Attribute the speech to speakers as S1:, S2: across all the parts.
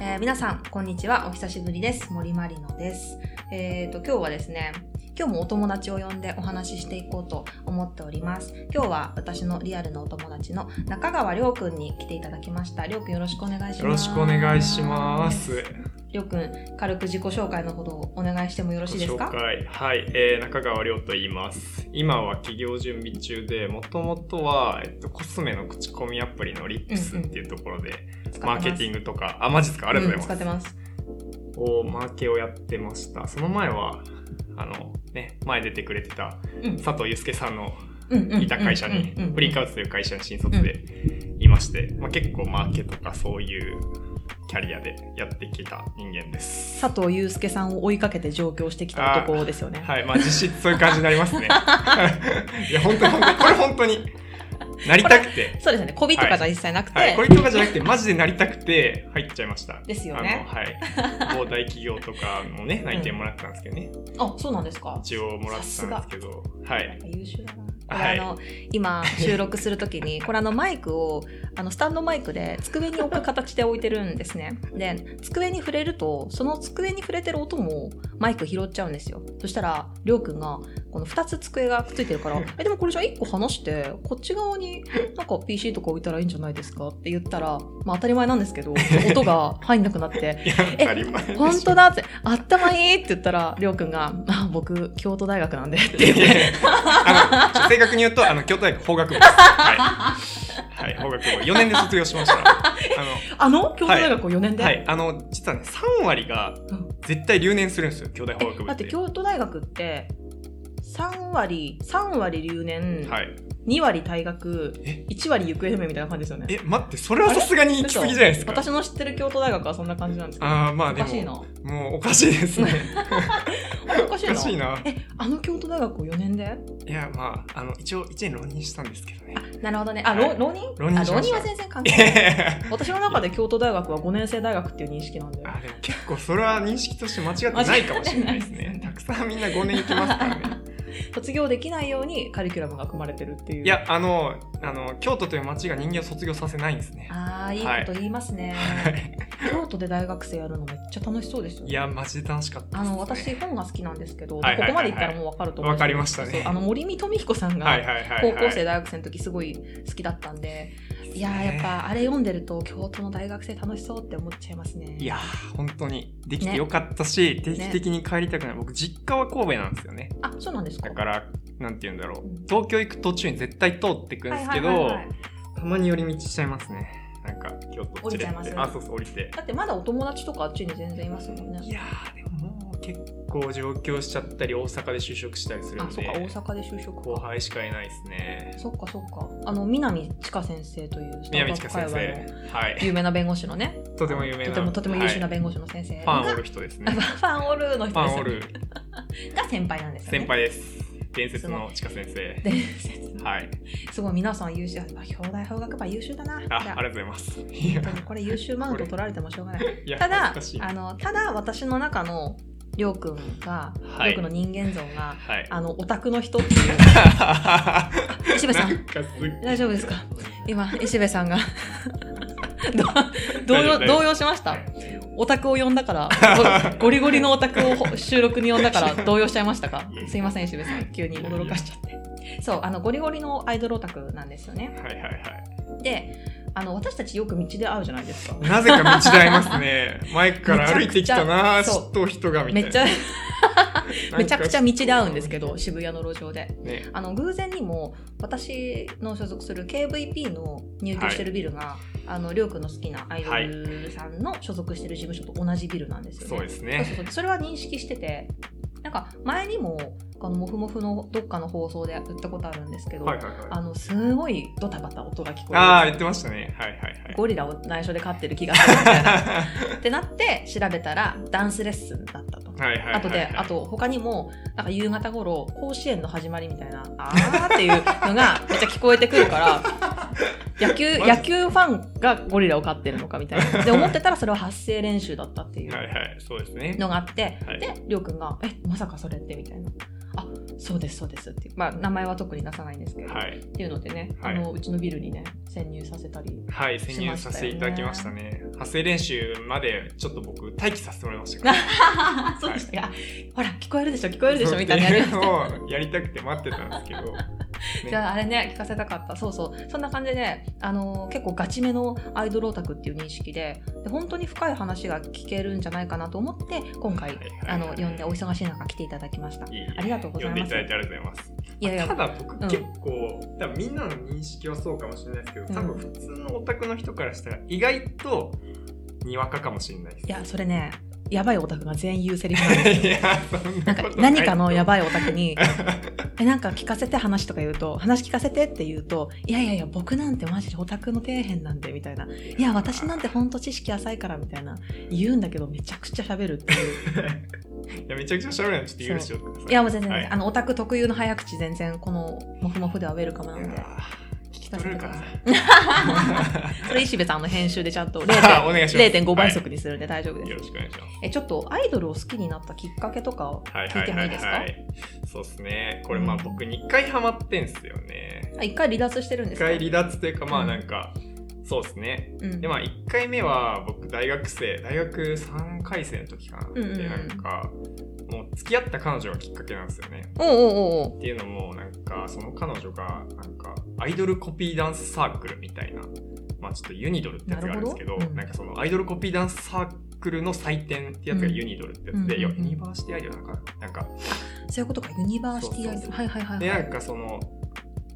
S1: えー皆さん、こんにちは。お久しぶりです。森まりのです。えっ、と、今日はですね、今日もお友達を呼んでお話ししていこうと思っております。今日は私のリアルのお友達の中川りょうくんに来ていただきました。りょうくんよろしくお願いします。
S2: よろしくお願いします。
S1: りょうくん、軽く自己紹介のほどをお願いしてもよろしいです
S2: ご
S1: か
S2: 紹介はい、えー中川亮と言います。今は企業準備中で、もともとは、えっと、コスメの口コミアプリのリップスっていうところで、マーケティン
S1: グ、
S2: グとか、あ、マジですかありがとうご
S1: う
S2: ざい
S1: ん使っ
S2: ます。
S1: てます。
S2: をマーケをやってました。その前は、あの、ね、前出てくれてた
S1: うん
S2: 佐藤祐介さんの
S1: うんうん
S2: いた会社に、
S1: うんうんうん
S2: プリンカウツという会社に新卒でいまして、まあ、結構マーケとかそういうキャリアでやってきた人間です。
S1: 佐藤祐介さんを追いかけて上京してきた男ですよね。
S2: はい、まあ実質そういう感じになりますね。 いや、本当に本当に、これ本当に、なりたくて、
S1: そうですよね。媚びとかじゃ一切なくて、
S2: はい、これとかじゃなくて、マジでなりたくて入っちゃいました。
S1: ですよね
S2: あのはい。某大企業とか もね、内定もらってたんですけどね、
S1: あ、そうなんですか。
S2: 一応もらってたんですけど、はい。
S1: 優秀だな。これ
S2: はい
S1: あの今収録するとき にこれあのマイクをあのスタンドマイクで机に置く形で置いてるんですね。で机に触れるとその机に触れてる音もマイク拾っちゃうんですよ。そしたらりょうくんがこの2つ机がくっついてる から「えでもこれじゃあ1個離してこっち側になんか PC とか置いたらいいんじゃないですか?」って言ったらまあ当たり前なんですけど 音が入んなくなって
S2: いや、当たり前 でしょ
S1: 本当だって、頭いいって言ったら、りょうくんが、まあ僕、京都大学なんでって言
S2: い
S1: っ
S2: やいや
S1: て、
S2: いやあのちょ正確に言うと、あの、京都大学法学部です。はい。はい、法学部。4年で卒業しました。あの、
S1: あの京都大学を4年で、
S2: はい、あの、実はね、3割が絶対留年するんですよ、京大法学部
S1: えだ
S2: っ
S1: って
S2: て。
S1: 京都大学って、3割、3割留年、
S2: はい。
S1: 2割退学
S2: え、
S1: 1割行方不明みたいな感じですよね。
S2: え、待って、それはさすがに行き過ぎじゃないですか。
S1: 私の知ってる京都大学はそんな感じなんですけど、
S2: ああ、まあ
S1: お
S2: で
S1: かしい
S2: も、
S1: な。
S2: もうおかしいですね。
S1: あれ おかし
S2: お
S1: いな。
S2: かしいな。
S1: え、あの京都大学を4年で
S2: いや、まあ、あの、一応、一年浪人したんですけどね。
S1: なるほどね。あ、浪浪人
S2: 浪人し
S1: あ浪
S2: まし
S1: 人
S2: た
S1: は全然関係
S2: い
S1: ない。
S2: やいやいや
S1: 私の中で京都大学は5年生大学っていう認識なんで。
S2: あでも結構それは認識として間違ってないかもしれないですね。
S1: 間違
S2: た
S1: っ
S2: くさんみんな5年行きますからね。
S1: 卒業できないようにカリキュラムが組まれてるっていう
S2: いや、あの、あの、京都という町が人間を卒業させないんですね。
S1: あーいいこと言いますね、
S2: はい
S1: 京都で大学生やるのめっちゃ楽しそうですよね
S2: いや、マジで楽しかった
S1: あ
S2: です、ね。
S1: の私本が好きなんですけど、
S2: はいはい
S1: ここま
S2: はいはい
S1: でいったらもう分かると思うんですけど
S2: わかりましたね
S1: そうあの森見富彦さん
S2: はい
S1: が
S2: はいはい、は
S1: 高
S2: い。
S1: 校生大学生の時すごい好きだったんで、いやーやっぱあれ読んでると京都の大学生楽しそうって思っちゃいますね
S2: いやー本当にできてよかったし、定期的に帰りたくない、僕実家は神戸なんですよね
S1: あそうなんですか
S2: だからなんて言うんだろ
S1: うん
S2: う東京行く途中に絶対通ってくんです
S1: はいはい
S2: けど
S1: はいはい
S2: たまに寄り道しちゃいますねなんか京都
S1: 降りちゃいます
S2: 連れてってあそうそう降りて
S1: だってまだお友達とかあっちに全然いますもん
S2: い
S1: ね
S2: やーでももう結構上京しちゃったり大阪で就職したりする
S1: あ
S2: ん
S1: そっか大
S2: で
S1: 阪で就職
S2: 後
S1: か
S2: 輩しかいないですね
S1: そっかそっかあの南千佳先生というスタート
S2: 南
S1: ア
S2: 千
S1: ップ
S2: 佳
S1: 界
S2: 先
S1: 隈の
S2: 生はい
S1: 有名な弁護士のね
S2: とても有名な
S1: とてもとても優秀な
S2: はい
S1: 弁護士の先生
S2: フ
S1: が、
S2: ァンおる 人ですね
S1: ファンオルの
S2: ファンお
S1: 人で
S2: る
S1: すよねが先輩なんですよね
S2: 先輩です伝説の千佳先生
S1: 伝説の
S2: はい
S1: すごい皆さん優秀あ表題法学部は優秀だな
S2: ああ
S1: い
S2: り
S1: や
S2: がとうござい ますいや
S1: 本当にこれ優秀マウント取られてもしょうがない
S2: いや
S1: ただ
S2: 懐かしい
S1: あのただ私の中のりょうくんが、
S2: はい
S1: りょうくんの人間像が
S2: はい
S1: あのオタクの人ってい う石部さ
S2: なんんかすっ
S1: 大丈夫ですか今石部さんがど動
S2: 大丈夫
S1: 揺
S2: 大丈夫
S1: 動揺しましたオタクを呼んだからゴリゴリのオタクを収録に呼んだから動揺しちゃいましたかすいません石部さん急に驚かしちゃってそうあのゴリゴリのアイドルオタクなんですよね
S2: はいはい はい
S1: であの私たちよく道で会うじゃないですか
S2: なぜか道で会いますね前から歩いてきたな
S1: めちゃくちゃ
S2: 嫉妬人がみた
S1: め
S2: いな
S1: っちゃ
S2: なんか
S1: めちゃくちゃ道で会うんですけど渋谷の路上で
S2: ね
S1: あの偶然にも私の所属する KVP の入居してるビルが、あのりょうくんの好きなアイドルさんの所属してる事務所と同じビルなんですよね
S2: そうです
S1: そうそう
S2: ね
S1: そうそれは認識しててなんか前にもこのモフモフのどっかの放送で言ったことあるんですけど、
S2: はいはいはい
S1: あのすごいドタバタ音が聞こ
S2: ああ
S1: え
S2: 言
S1: る
S2: ってましたねはいはい
S1: ゴリラを内緒で飼ってる気がするみたいな
S2: は
S1: ってなって調べたらダンスレッスンだったと。
S2: い はいはいはい
S1: あとで、あと他にも、なんか夕方頃、甲子園の始まりみたいな、あーっていうのがめっちゃ聞こえてくるから、 野球、
S2: マジ
S1: 野球ファンがゴリラを飼ってるのかみたい な。で、思ってたらそれは発声練習だったっていう。
S2: はいはいそうですね
S1: のがあって、
S2: はい
S1: でりょうくんが「えまさかそれって」みたいな「あそうですそうですっていうまあ名前は特に出さないんですけど、
S2: はい、
S1: っていうのでね、
S2: はい
S1: あのうちのビルにね潜入させた り
S2: はい、
S1: しましたよね
S2: 潜入させていただきましたね。発声練習までちょっと僕待機させてもらい ましたから。
S1: そうでしたね、あほら聞こえるでしょ聞こえるでしょみたいなやりました
S2: そうをやりたくて待ってたんですけど。ね
S1: じゃああれね聞かせたかったそうそうそんな感じでね、あのー結構ガチめのアイドルオタクっていう認識でで本当に深い話が聞けるんじゃないかなと思って今回、
S2: はい
S1: あの呼んでお忙しい中来ていただきましたい
S2: いえいえ
S1: ありがとうございます
S2: 呼んでいただいてありがとうございます。
S1: やい
S2: た
S1: や
S2: だ僕結構、多分みんなの認識はそうかもしれないですけど、多分普通のオタクの人からしたら意外とにわかかもしれないです。
S1: いやそれねやばいオタクが全員言うセリフなん です
S2: い
S1: よ
S2: やそん
S1: な
S2: なん
S1: か
S2: ことない
S1: 何かのやばいオタクに「えなんか聞かせて話」とか言うと「話聞かせて」って言うと「いやいやいや僕なんてマジでオタクの底辺なんで」みたいな「いや私なんてほんと知識浅いから」みたいな言うんだけどめちゃくちゃ喋るっていう。
S2: いやめちゃくちゃ喋るのちょっと許してください。
S1: いやもう全然、
S2: はい
S1: あのオタク特有の早口全然このモフモフではウェルカムない
S2: や
S1: ので
S2: 聞き取れるかな。
S1: それ石部さんの編集でちゃんと
S2: お願いします。
S1: 0.5倍速にするんで大丈夫です、
S2: よろしくお願いします。
S1: えちょっとアイドルを好きになったきっかけとかを
S2: はい
S1: 聞いてもいいですか、
S2: い。そうですね。これまあ僕2回ハマってんすよね。
S1: あ一回離脱してるんで
S2: 1
S1: すか
S2: 回離脱というかま
S1: う
S2: あ
S1: ん
S2: なんか、そうですね。
S1: うん
S2: でまあ1回目は僕大学生、大学3回生の時かな。
S1: うんうんうん
S2: でなんか、もう付き合った彼女がきっかけなんですよね。
S1: おうおうおうおう
S2: っていうのもなんかその彼女がなんかアイドルコピーダンスサークルみたいなまあちょっとユニドルってやつがあるんですけど
S1: なるほどうん
S2: なんかそのアイドルコピーダンスサークルの祭典ってやつがユニドルってやつで、
S1: うん
S2: いや
S1: うん
S2: ユニバーシティアイドルなのかななんか
S1: そういうことかユニバーシティアイド
S2: そうそうそ
S1: ル
S2: う
S1: はいはいはい
S2: で
S1: は
S2: ないんかその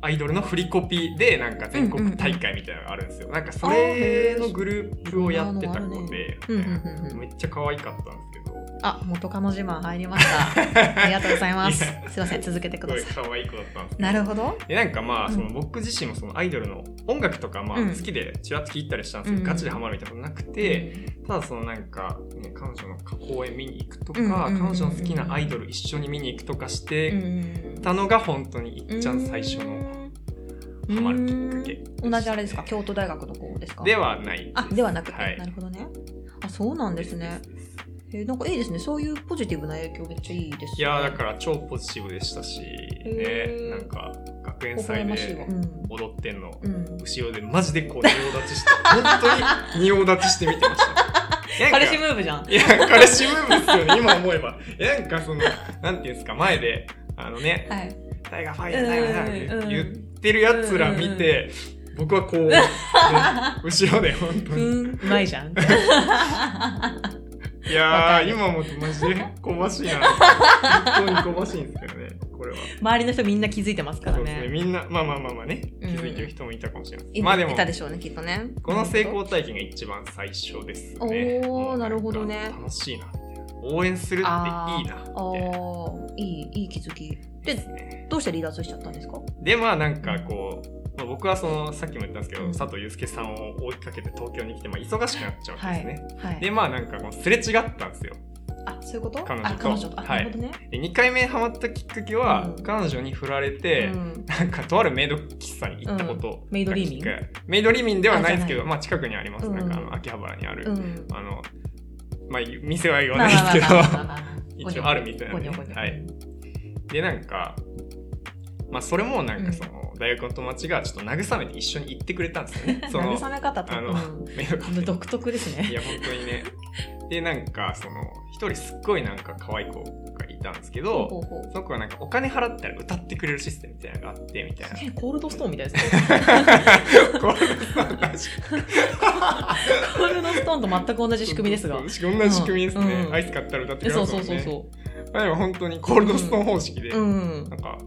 S2: アイドルの振りコピーでなんか全国大会みたいなのがあるんですよ、なんかそれのグループをやってた子で、
S1: うんうんうんうん
S2: めっちゃ可愛かったんですけど
S1: あ元カノ自慢入りました ありがとうございます
S2: いや
S1: すいません続けて
S2: す
S1: く
S2: ご
S1: だ
S2: い
S1: さい
S2: 可愛い子だったんですけど
S1: なるほど
S2: でなんかまあ
S1: うん
S2: その僕自身もそのアイドルの音楽とかまあ
S1: うん
S2: 好きでちらつき行ったりしたんですけど、
S1: うん
S2: ガチでハマるみたいなことなくて、ただそのなんか、ね、彼女の公演見に行くとか、
S1: うんうんうんうん
S2: 彼女の好きなアイドル一緒に見に行くとかし
S1: うんう
S2: て
S1: ん
S2: たのが本当にいっちゃん最初
S1: う
S2: の
S1: ん
S2: ハマるきっかけ、
S1: うん同じあれですか京都大学の子ですか
S2: ではない
S1: あではなくて、
S2: はい
S1: なるほどねあそうなんですねえーなんかいいですねそういうポジティブな影響めっちゃいいですね
S2: いやーだから超ポジティブでしたし、
S1: へー
S2: ね、なんか学園
S1: 微笑
S2: 祭
S1: ましいわう
S2: で
S1: ん
S2: 踊ってんの
S1: うん
S2: 後ろでマジでこう仁王立ちして 本当に仁王立ちして見てま したなんか
S1: 彼氏ムーブじゃん
S2: いや、彼氏ムーブですよね、今思えば。いやなんかその、なんていうんですか、前で、あのね、
S1: はい
S2: タイガーファイヤー、タイガーファイヤー
S1: う
S2: って
S1: ん
S2: 言ってるやつら見て、僕はこ う、ね後ろで本当
S1: ふ
S2: に。
S1: ーんうまいじゃ んわか
S2: いや
S1: る
S2: ー、今思ってマジで香ばし いな。本当に香ばしいんですけどね、これは。
S1: 周りの人みんな気づいてますから
S2: そうですね、
S1: ね
S2: みんな、まあまあまあまあね、気
S1: うん
S2: づいてる人もいたかもしれない
S1: い
S2: まあでも
S1: い、たでしょうねきっとね
S2: この成功体験が一番最初ですね。
S1: おー
S2: もう
S1: なるほどね
S2: なんか楽しいなって。応援するっていいなって。
S1: あーいいいい気づき
S2: で
S1: です
S2: ね。
S1: どうして離脱しちゃったんですか
S2: でまあなんかこう、まあ、僕はそのさっきも言ったんですけど、
S1: うん
S2: 佐藤祐介さんを追いかけて東京に来て、まあ、忙しくなっちゃうんですね。
S1: はい
S2: でまあなんかこうすれ違ったんですよ。
S1: あそういうこと
S2: 彼女と
S1: あ彼女とあ、
S2: はい
S1: なるほどね
S2: で2回目ハマったきっかけは、
S1: うん
S2: 彼女に振られて、
S1: うん
S2: なんかとあるメイド喫茶に行ったこと、
S1: うんメイドリーミン
S2: なんかきっかけメイドリーミンではないですけ
S1: あ
S2: ど
S1: じ
S2: まあ近くにあります、
S1: うん
S2: なんかあの秋葉原にある、
S1: うん
S2: あのまあ店は言わ
S1: ま
S2: な
S1: あ
S2: いです
S1: まあ
S2: けど
S1: まあまあまあまあ
S2: 一応あるみたいな
S1: ご
S2: ん
S1: に
S2: で
S1: ょごにょ
S2: はいでなんかまあそれもなんかその、大学の友達がちょっと慰めて一緒に行ってくれたんですよ ねその
S1: 慰め方と
S2: あの
S1: うん
S2: メイド
S1: あの独特です
S2: い
S1: ね。
S2: や本当にねでなんかその一人すっごいなんか可愛い子がいたんですけ
S1: ほう
S2: ど
S1: ほうほう
S2: その子はなんかお金払ったら歌ってくれるシステムみたいなのがあってみたい な
S1: すげえコールドストーンみたいですね。
S2: これさ確かに
S1: コールドストーンと全く同じ仕組みですが。
S2: そうそう同じ仕組みですね、
S1: うん
S2: アイス買ったら歌ってく
S1: え
S2: れ
S1: そ
S2: ま
S1: う
S2: す
S1: そ
S2: も
S1: うんそう
S2: ね
S1: そ
S2: まあでも本当にコールドストーン方式で、
S1: う。うん
S2: な。んか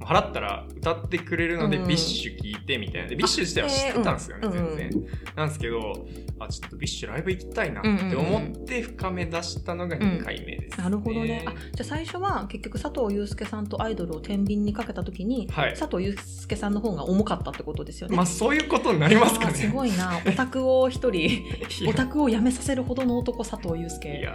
S2: 払ったら歌ってくれるので
S1: うん
S2: ビッシュ聞いてみたいなでビッシュ自体は知ってたんですよね、
S1: えーうん
S2: 全然、なんですけどあちょっとビッシュライブ行きたいなって思って深め出したのが2回目です、
S1: なるほどね。あじゃあ最初は結局佐藤祐介さんとアイドルを天秤にかけた時に、
S2: はい
S1: 佐藤祐介さんの方が重かったってことですよね。
S2: まあそういうことになりますか
S1: あー
S2: ね
S1: すごいな。オタクを一人、
S2: い
S1: オ
S2: や
S1: タクをやめさせるほどの男佐藤祐
S2: い
S1: 介。
S2: や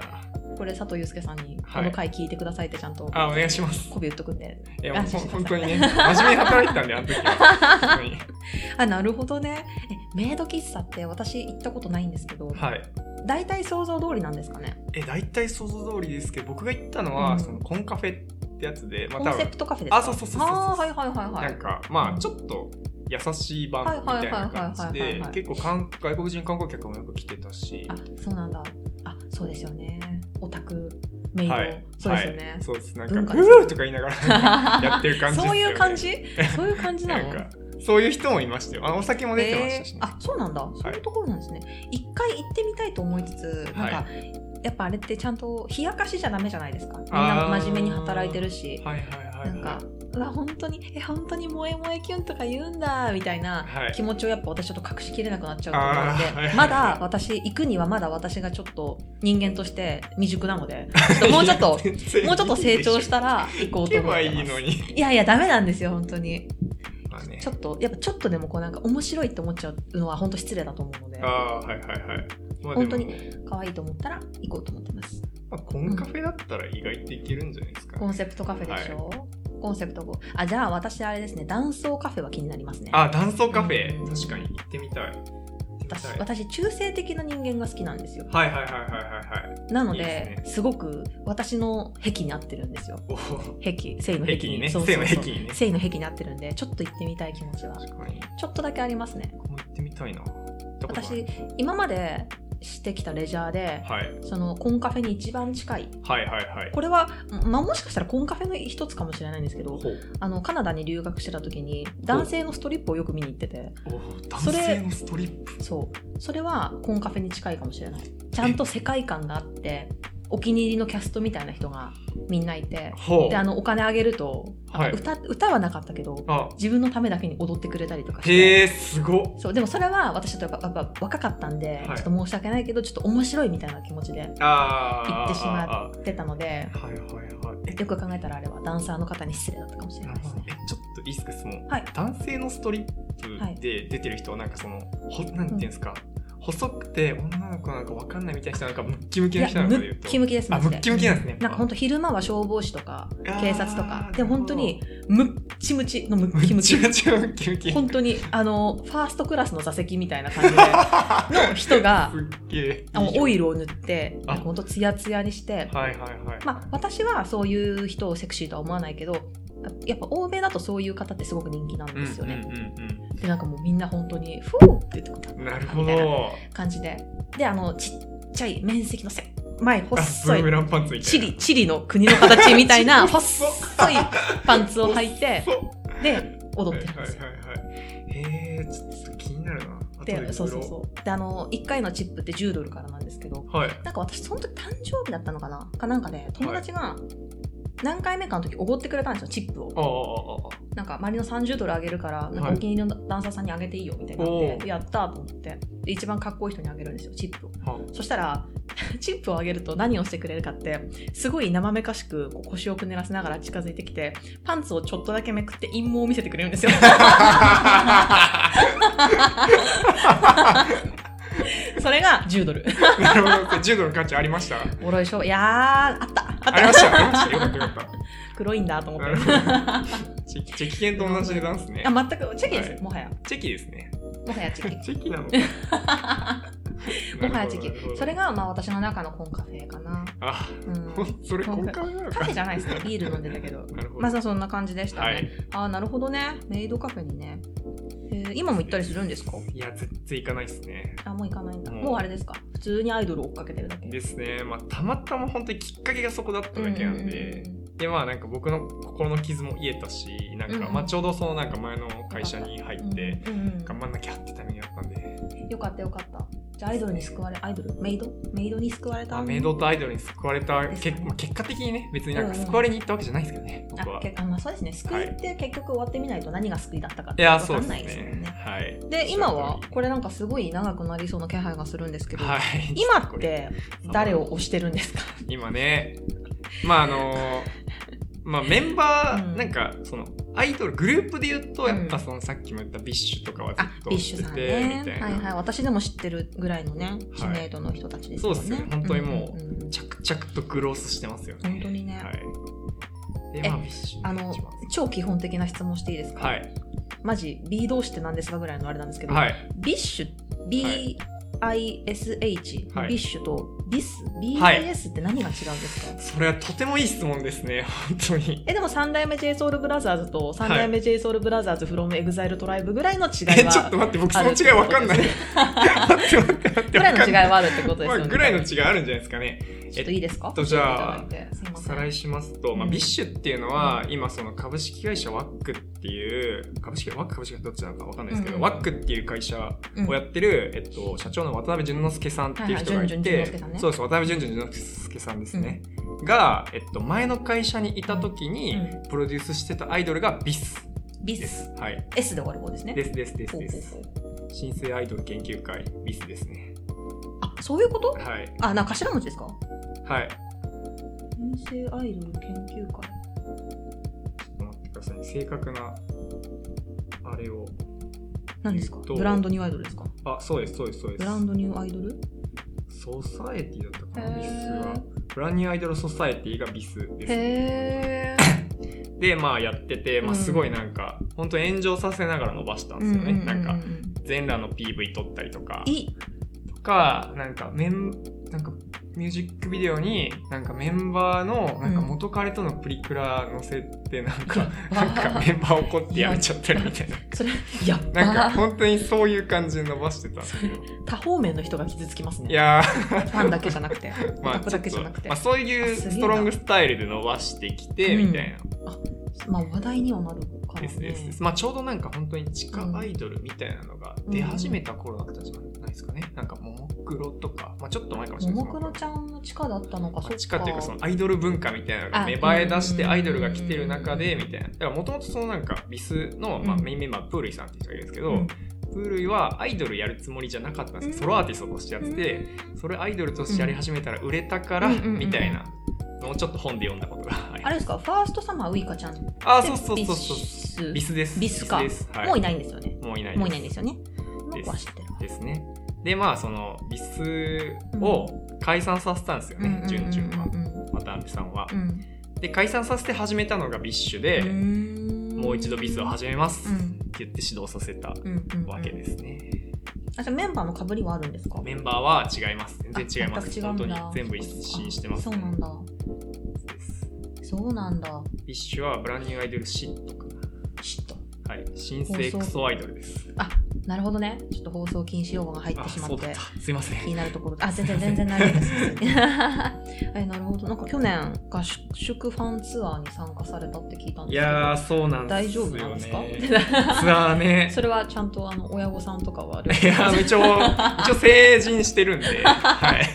S1: これ佐藤祐介さんに、
S2: はい
S1: この回聞いてくださいってちゃんと。
S2: あお願いします
S1: 媚び言っとくん で。
S2: いやもう
S1: 安心してください
S2: 本当にね真面目に働いてたんであの時は本当に
S1: あ、なるほどね。え、メイド喫茶って私行ったことないんですけど、
S2: はい
S1: 大体想像通りなんですかね。
S2: え大体想像通りですけど僕が行ったのは、
S1: うん
S2: そのコンカフェってやつで、まあ、
S1: コ
S2: 多
S1: ンセ
S2: 分
S1: プトカフェですか
S2: あそうそうそうそうそう
S1: あーはいはいはいは
S2: ないんかまあちょっと優しい版みたいな感じ
S1: はいはいはいはいはい
S2: で
S1: はい
S2: 結構韓外国人観光客もよく来てたし
S1: あそうなんだあそうですよねオタクメイド、
S2: はい
S1: そうですよね
S2: はい、、そうですなんか「
S1: 文化です
S2: うー!」とか言いながら やってる感じです
S1: そ
S2: よね
S1: ういう感じ そういう感じな
S2: な
S1: の
S2: んかそういう人もいましたよあお酒も出てましたし
S1: えー
S2: ね、
S1: あそうなんだ、そういうところなんですね一回行ってみたいと思いつつなんか、
S2: は
S1: やっぱあれってちゃんと冷やかしじゃダメじゃないですかみんな真面目に働いてるし
S2: はいはいはいはい
S1: なんかうわ本当にえ本当に萌え萌えキュンとか言うんだみたいな
S2: はい
S1: 気持ちをやっぱ私ちょっと隠しきれなくなっちゃうと思うので、
S2: あーはいはい
S1: まだ私行くにはまだ私がちょっと人間として未熟なの でちょっともうちょっと
S2: 全然
S1: もうちょっと成長したら行こ
S2: 行
S1: うと
S2: け
S1: 思っ
S2: ば
S1: て
S2: いい
S1: ます
S2: のに、
S1: いやいやダメなんですよ本当に
S2: まあね
S1: ちょっとやっぱちょっとでもこうなんか面白いって思っちゃうのは本当失礼だと思うので
S2: ああーはいはいはい、まあ、
S1: 本当
S2: でも
S1: に可愛いと思ったら行こうと思ってます
S2: まあ、コンカフェだったら意外といけるんじゃないですかね、
S1: コンセプトカフェでしょ、コンセプトこうあじゃあ私あれですね断層カフェは気になりますね
S2: あ断層カフェ、
S1: うん
S2: 確かに行ってみたい行ってみた
S1: 私
S2: い
S1: 私中性的な人間が好きなんですよ
S2: はいはいはいはいはいはい
S1: なので
S2: いいですね
S1: すごく私の癖に合ってるんですよ
S2: おお
S1: 癖性の癖
S2: 壁にね
S1: そうそうそう
S2: 性の壁にね
S1: 性の癖に合ってるんでちょっと行ってみたい気持ちは
S2: 確かに
S1: ちょっとだけありますね
S2: 僕も行ってみたいな行ったことない
S1: 私今までしてきたレジャーで、
S2: はい
S1: そのコンカフェに一番近い
S2: はいはいはい
S1: これは、まあ、もしかしたらコンカフェの一つかもしれないんですけど
S2: ほう
S1: あのカナダに留学してた時に男性のストリップをよく見に行ってて
S2: おお男
S1: それ
S2: 性のストリップ
S1: そうそれはコンカフェに近いかもしれないちゃんと世界観があってお気に入りのキャストみたいな人がみんないて
S2: ほう
S1: であのお金あげると、
S2: はい
S1: 歌歌はなかったけど
S2: あ
S1: 自分のためだけに踊ってくれたりとかして
S2: へえすごっ
S1: そうでもそれは私ちょっとやっぱやっぱ若かったんで、
S2: はい
S1: ちょっと申し訳ないけどちょっと面白いみたいな気持ちで
S2: あー
S1: 行ってしま
S2: あ
S1: 出たので
S2: ーはいはいはいえ
S1: よく考えたらあれはダンサーの方に失礼だったかもしれ
S2: な
S1: ない
S2: る
S1: で
S2: ほ
S1: す
S2: ど
S1: ね
S2: えちょっといいですか質問、
S1: はい
S2: 男性のストリップで出てる人はなんかその、ほなんていうんですか、細くて女の子なんかわかんないみたいな人なんかムッキムキ
S1: い
S2: な
S1: や
S2: 人なん
S1: ム
S2: かで言う
S1: ッ
S2: と
S1: キムキです
S2: あ
S1: マジ
S2: ムッキムキなんですね
S1: なんか本当昼間は消防士とか
S2: あー
S1: 警察とかで
S2: なるほど
S1: 本当にムッチムチのム
S2: ム
S1: ッキ
S2: ッ
S1: ム
S2: キ
S1: チ
S2: ムキムッキムキ
S1: 本当にあのファーストクラスの座席みたいな感じで の人が
S2: すっげえ
S1: あのオ
S2: い
S1: イルを塗ってな
S2: あ
S1: んか本当ツヤツヤにして
S2: はいはいはい、
S1: まあ私はそういう人をセクシーとは思わないけどやっぱ欧米だとそういう方ってすごく人気なん
S2: うん
S1: ですよね、
S2: うんうん
S1: でなんかもうみんな本当にフォーって言って
S2: うん、なるほ
S1: みたい
S2: ど
S1: 感じでであのちっちゃい面積の狭い
S2: あブ
S1: 細
S2: ー
S1: い
S2: メランパンツみた
S1: チ
S2: いな
S1: リ、チリの国の形みたいな
S2: チリ
S1: 細いパンツを履い て、
S2: そう
S1: で、踊ってるん
S2: は
S1: で
S2: い
S1: すよ。
S2: はいはいはいへえちょっとそれ気になるな後
S1: で、そうそう
S2: う
S1: そう。で、あの、1回のチップって10ドルからなんですけど、
S2: はい
S1: なんか私、その時誕生日だったのかなかなんかで、友達が何回目かの時、おごってくれたんですよ、チップを。
S2: あああ
S1: なんか、周りの30ドルあげるから、なんか
S2: はい
S1: お気に入りのダンサーさんにあげていいよ、みたいになっ
S2: お
S1: て、
S2: ー
S1: やったーと思って。で、一番かっこいい人にあげるんですよ、チップを。
S2: あああ
S1: そしたら チップをあげると何をしてくれるかってすごい生めかしくこう腰をくねらせながら近づいてきてパンツをちょっとだけめくって陰謀を見せてくれるん ですよそれが10ドル
S2: なるほどこれ柔道の価値ありました
S1: おろいしょいやーあった
S2: ありましたありましたよかったよかっ
S1: 黒いんだと
S2: た
S1: 思っ
S2: な
S1: て
S2: る ほどチェキチェキ犬と同じ値段ですね
S1: あ全くチェキです、
S2: はい
S1: もはや
S2: チェキですね
S1: もはやチェキ
S2: チェキなの
S1: もはやチェ
S2: なるほど
S1: キそれがまあ私の中のコンカフェかな、
S2: あ
S1: うん、
S2: ほんそれ交換なの
S1: カ
S2: か
S1: フェじゃないで すねビール飲んでたけど
S2: なるほど
S1: まずはそんな感じでしたね、
S2: はい
S1: ああなるほどねメイドカフェにね、えー今も行ったりするんですか
S2: いや絶対行かないですね
S1: あもう行かないんだ
S2: もう
S1: もうあれですか普通にアイドルを追っかけてるだけ
S2: ですねまあたまたま本当にきっかけがそこだっただけなんで
S1: うんうん
S2: でまあなんか僕の心の傷も癒えたしなんか、
S1: うんうん
S2: まあちょうどそのなんか前の会社に入
S1: うんうん
S2: って
S1: うんうん
S2: 頑張んなきゃってタイミングだったんで、
S1: よかったよかったじゃあアイドルに救われアイドルメイドメイドに救われた
S2: まあ、メイドとアイドルに救われた、
S1: です
S2: け
S1: ね
S2: まあ結果的にね別になんか
S1: うんうん
S2: 救われに行ったわけじゃないですけどね、僕
S1: あ
S2: は。
S1: けあまあそうですね救いって結局終わってみないと何が救いだったかっ
S2: い
S1: て
S2: や
S1: 分
S2: そ
S1: か
S2: うんで
S1: ない
S2: す
S1: ですよ
S2: ね
S1: ね。
S2: はい。
S1: で今はこれなんかすごい長くなりそうな気配がするんですけど、
S2: はい。
S1: 今って誰を推してるんです か
S2: 今ねまああのまあメンバー、
S1: うん
S2: なんかそのアイドルグループで言うとやっ
S1: う
S2: ぱ
S1: ん
S2: そのさっきも言ったビッシュとかはず
S1: あ
S2: っ、と
S1: ビッシュ
S2: 推
S1: さ
S2: し
S1: ん
S2: てて、
S1: ね
S2: みたい。な。
S1: はいはい。私でも知ってるぐらいのね、知名度の人たちですよね。
S2: そうですね本当にもうん
S1: んん
S2: 着々とグロースしてますよね。
S1: 本当にね
S2: はい。
S1: え
S2: で、まあ、ビッシュ
S1: あ
S2: が
S1: の
S2: 一番好き、
S1: 超基本的な質問していいですか
S2: はい。
S1: マジ、B 同士って何ですかぐらいのあれなんですけど、
S2: はい。
S1: ビッシュ、BISH、
S2: はい
S1: ビッシュとビス
S2: はい
S1: BAS って何が違うんですか、
S2: それはとてもいい質問ですね本当に
S1: えでも3代目 JSOULBROTHERS と3代目 JSOULBROTHERSFROMEXILETRIBE ぐらいの違い
S2: え
S1: は
S2: ちょっと待って僕そ
S1: あ
S2: の
S1: る
S2: 違いわかんない待って待って待って
S1: ぐらいの違い
S2: わ
S1: はあるってこと
S2: か
S1: ですよ
S2: んないま
S1: ね
S2: あぐらいの違いあるんじゃないですかね
S1: ちょっといいですか
S2: えっとじゃあ
S1: 教えていただいてすい
S2: お
S1: ませ
S2: さ
S1: ん
S2: らいしますと、まあ、
S1: うん
S2: ビッシュっていうのは、今その株式会社ワックっていう株式会社ワック株式会社どっちなのかわかんないですけど、
S1: うん
S2: ワックっていう会社をやってる、えっと、社長の渡辺淳之介さんっていう人がいて、
S1: はいはい淳淳淳之介さんね
S2: そうです渡辺淳淳淳之介さんですね、が、えっと、前の会社にいた時に、
S1: う
S2: プロデュースしてたアイドルがビス
S1: ビ
S2: で
S1: ス
S2: す。はい、
S1: S で終わる方ですね
S2: ですですです
S1: ほう
S2: で
S1: ほう
S2: す
S1: ほう
S2: 新生アイドル研究会ビスですね
S1: あそういうこと
S2: はい
S1: あなんか頭文字ですか
S2: はい
S1: 新生アイドル研究会
S2: ちょっと待ってくださいね正確なあれを
S1: 何ですか
S2: えっと
S1: ブランドニューアイドルですか
S2: あそうですそうですそうです
S1: ブランドニューアイドル
S2: ソサエティだったかな、
S1: へー
S2: ビスは。ブランニューアイドルソサエティがビスですね。
S1: へえ
S2: で、まあやってて、ま
S1: う
S2: あ
S1: ん
S2: すごいなんか、本当炎上させながら伸ばしたんですよね。なんか、全裸の PV 撮ったりとか、
S1: い
S2: とか、なんかメン、なんかミュージックビデオに、なんかメンバーの、なんか元彼とのプリクラ載せて、なんか、
S1: うん
S2: なんかメンバー怒ってやめちゃったりみ たいな。
S1: それいや
S2: なんか
S1: あー
S2: 本当にそういう感じで伸ばしてたんですよ。
S1: 多方面の人が傷つきますね
S2: いや
S1: フ
S2: ー、
S1: ァンだけじゃなくて
S2: まあ、
S1: 男だけじゃなくて
S2: まあ、そういうストロングスタイルで伸ばしてきて
S1: うん
S2: みたいな、
S1: まあ話題にはなるからね
S2: ですですですまあちょうどなんか本当に地下アイドルみたいなのが出始めた頃だったじゃないですかね、なんかももクロとか、まあ、ちょっと前かもしれ
S1: も
S2: ない
S1: もクロちゃんの地下だったのか、そっ
S2: まあ
S1: か。
S2: 地下っていうかそのアイドル文化みたいなの
S1: あ
S2: が芽生え出して
S1: うん
S2: アイドルが来てる中でみたいなだからもともとそのなんかビスの、まあ、
S1: うん
S2: メインメンバープールイさんっていう人がいるんですけど、
S1: うん
S2: プールイはアイドルやるつもりじゃなかったんですよ
S1: うん
S2: ソロアーティストとしてやってて、それアイドルとしてやり始めたら売れたから、
S1: うんうんうんうん
S2: みたいなのをちょっと本で読んだことがあり
S1: あ
S2: ます
S1: れですか、ファーストサマーウイカちゃんって
S2: あそうそうそうそう
S1: う
S2: ビ
S1: ビス
S2: スです
S1: ビスか
S2: ですは
S1: もういないんですよね。
S2: もういない
S1: もういないんですよね。
S2: で
S1: の
S2: す
S1: 子は知ってるわ。
S2: ですねでまあそのビスを解散させたんですよね、ジュンジュンは
S1: うんうん
S2: 渡辺さんは、
S1: うん
S2: で解散させて始めたのがビッシュで、
S1: うん。
S2: もう一度ビスを始めます、
S1: うん
S2: って言って指導させた
S1: める
S2: わけですね、
S1: あ、じゃあメンバーの被りはあるんですか
S2: メンバーは違います全然違いま
S1: あ
S2: す
S1: 全く違う
S2: 本
S1: んだ
S2: 当に全部一新してます、
S1: そうなんだ。
S2: です
S1: そうなんだ。
S2: ビッシュはブランニューアイドルシットか
S1: 嫉妬
S2: はい新生クソアイドルです
S1: なるほどね。ちょっと放送禁止用語が入っ
S2: あ
S1: てしま
S2: そう
S1: っ。
S2: だってたすいません
S1: 気になるところあ全然全然大丈夫です えなるほどなんか去年合宿ファンツアーに参加されたって聞いたんですけど
S2: いやーそうなんで
S1: 大
S2: す
S1: 丈
S2: よ
S1: 夫
S2: ね
S1: なんですか
S2: ツアーね
S1: それはちゃんとあの親御さんとかは両
S2: い
S1: 親
S2: や一応一応成人してるんで、はい、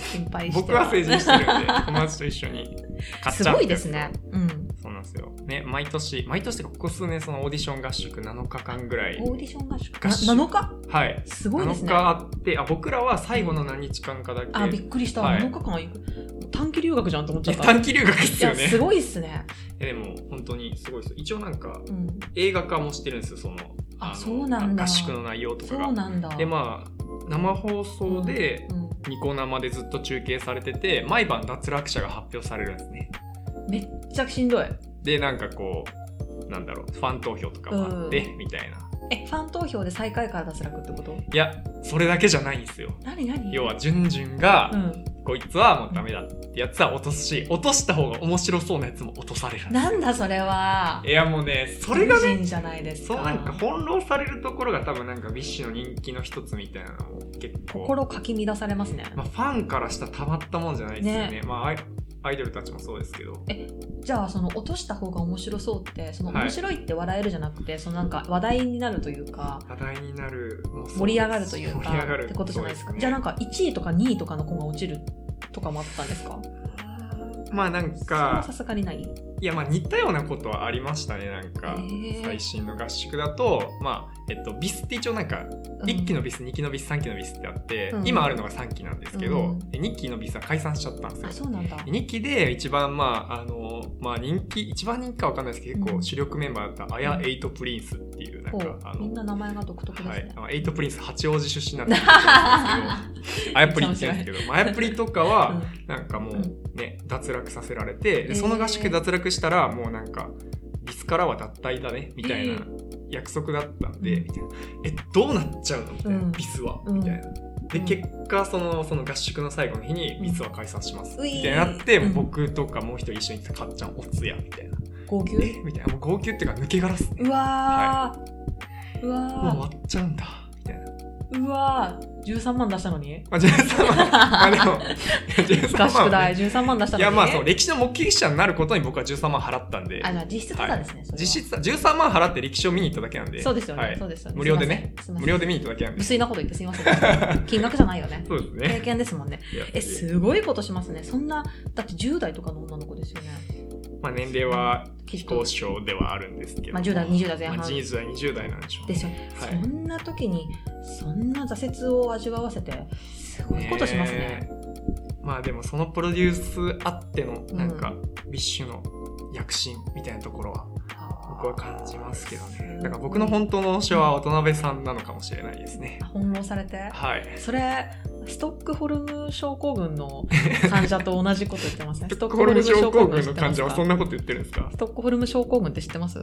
S1: 心配して
S2: 僕は成人してるんで友達と一緒に買っ
S1: す
S2: ちゃうん
S1: ごいですねうん
S2: そうなんですよね毎年毎年っていうかここ数年そのオーディション合宿7日間ぐらい
S1: オーディション合宿
S2: 合宿
S1: な7日
S2: はい
S1: すごいです
S2: 7
S1: ね
S2: 日あってあ僕らは最後の何日間かだけ、
S1: あびっくりした、
S2: はい
S1: 7日間行く短期留学じゃんと思っちゃ
S2: え
S1: った
S2: 短期留学で
S1: い
S2: すよ
S1: や
S2: ね
S1: すごいっすね、
S2: えでも本当にすごいです一応なんか
S1: うん、
S2: 映画化もしてるんですよその
S1: あ
S2: の
S1: そうなんだ
S2: 合宿の内容とか
S1: そう
S2: が
S1: なんだ
S2: でまあ生放送で、
S1: うん
S2: ニコ生でずっと中継されてて毎晩脱落者が発表されるんですね
S1: めっちゃしんどい
S2: でなんかこうなんだろうファン投票とかもあって、みたいな
S1: えファン投票で最下位から脱落ってこと
S2: いやそれだけじゃないんですよ
S1: 何何
S2: 要はジュンジュンが、
S1: うん、
S2: こいつはもうダメだってやつは落とすし落とした方が面白そうなやつも落とされるんです
S1: なんだそれはい
S2: やもうねそれがね
S1: 理不尽じゃないです
S2: そ
S1: か
S2: うなんか翻弄されるところが多分なんかビッシュの人気の一つみたいなのも結構、
S1: 心かき乱されますね、
S2: まあ、ファンからしたらたまったもんじゃないですよね
S1: ね
S2: まあアイアイドルたちもそうですけど
S1: じゃあその落とした方が面白そうってその
S2: はい
S1: 面白いって笑えるじゃなくて、そのなんか話題になるというか
S2: 話題になるもうそう
S1: 盛り上がるというか
S2: 盛り上がる
S1: ってことじゃないですかじゃあ
S2: そう
S1: なんか1位とか2位とかの子が落ちるとかもあったんですか
S2: まあなん
S1: それは
S2: か
S1: さすがにない
S2: いやまあ似たようなことはありましたねなんか、
S1: へー
S2: 最新の合宿だとまあえっとビスって一応なんか1期のビス2期のビス3期のビスってあって、
S1: うん
S2: 今あるのが3期なんですけど、
S1: うん
S2: で2期のビスは解散しちゃったん
S1: うんあ
S2: ですよ
S1: そうなんだ
S2: 2期で一番まああのまあ人気一番人気かわかんないですけど結
S1: う
S2: 構
S1: ん
S2: 主力メンバーだったあやエイトプリンスっていうなん
S1: ほ
S2: か
S1: う
S2: あ
S1: みん
S2: の
S1: な名前が独特です
S2: はい
S1: ね、、
S2: あのエイトプリンス八王子出身なんです けどあやプリって言うんですけどまああやプリとかは、
S1: うん
S2: なんかも
S1: う
S2: うね、脱落させられて、
S1: え
S2: で
S1: ー
S2: その合宿で脱落したらもうなんかビスからは脱退だねみたいな
S1: え
S2: 約束だったんで、
S1: うん
S2: みたいなえどうなっちゃうのみたいな、
S1: うん
S2: ビスは、
S1: うん
S2: みたいなで
S1: うん
S2: 結果そのその合宿の最後の日に実は解散します
S1: うい
S2: みたいになって、
S1: うん
S2: 僕とかもう一人一緒に来たかっちゃんおつやみたいな
S1: 号泣
S2: えみたいなもう号泣っていうか抜け殻っすね
S1: うわー、う
S2: もう
S1: わ
S2: 終わっちゃうんだみたいな
S1: ーうわー13万出したのに
S2: まあ13万 まあでも13万
S1: 合宿代13万出したのに
S2: いやまあそう歴史の目撃者になることに僕は13万払ったんで
S1: あじゃあ実質ただですね、それは
S2: 実質13万払って歴史を見に行っただけなんで
S1: そうですよね、
S2: はい
S1: そうですよね
S2: 無料でね
S1: すいませんすい
S2: 無
S1: ません
S2: 料で見に行っただけなんで
S1: 無粋なこと言ってすいませんでした金額じゃないよね
S2: そうです
S1: 経
S2: ね
S1: 験ですもんね
S2: いや
S1: えすごいことしますねそんなだって10代とかの女の子ですよね
S2: まあ年齢は
S1: きっと
S2: 交渉ではあるんですけど、
S1: まあ10代20代前半
S2: まあ10代20代なんでしょう
S1: で
S2: ね
S1: すよ、
S2: はい
S1: そんな時にそんな挫折を味わわせてすごいことしますね
S2: えまあでもそのプロデュースあっての
S1: うん
S2: なんか、ビッシュの躍進みたいなところは僕は感じますけどねだから僕の本当の推しは渡辺さんなのかもしれないですね
S1: 翻弄されて
S2: はい
S1: それストックホルム症候群の患者と同じこと言ってますね ストック
S2: コ
S1: ホ
S2: ロ
S1: ル
S2: ル
S1: ム
S2: 症
S1: 症
S2: 候
S1: 候
S2: 群
S1: 群知
S2: の
S1: ってま
S2: 患
S1: す
S2: 者
S1: か
S2: はそんなこと言ってるんですか
S1: ストックホルム症候群って知ってます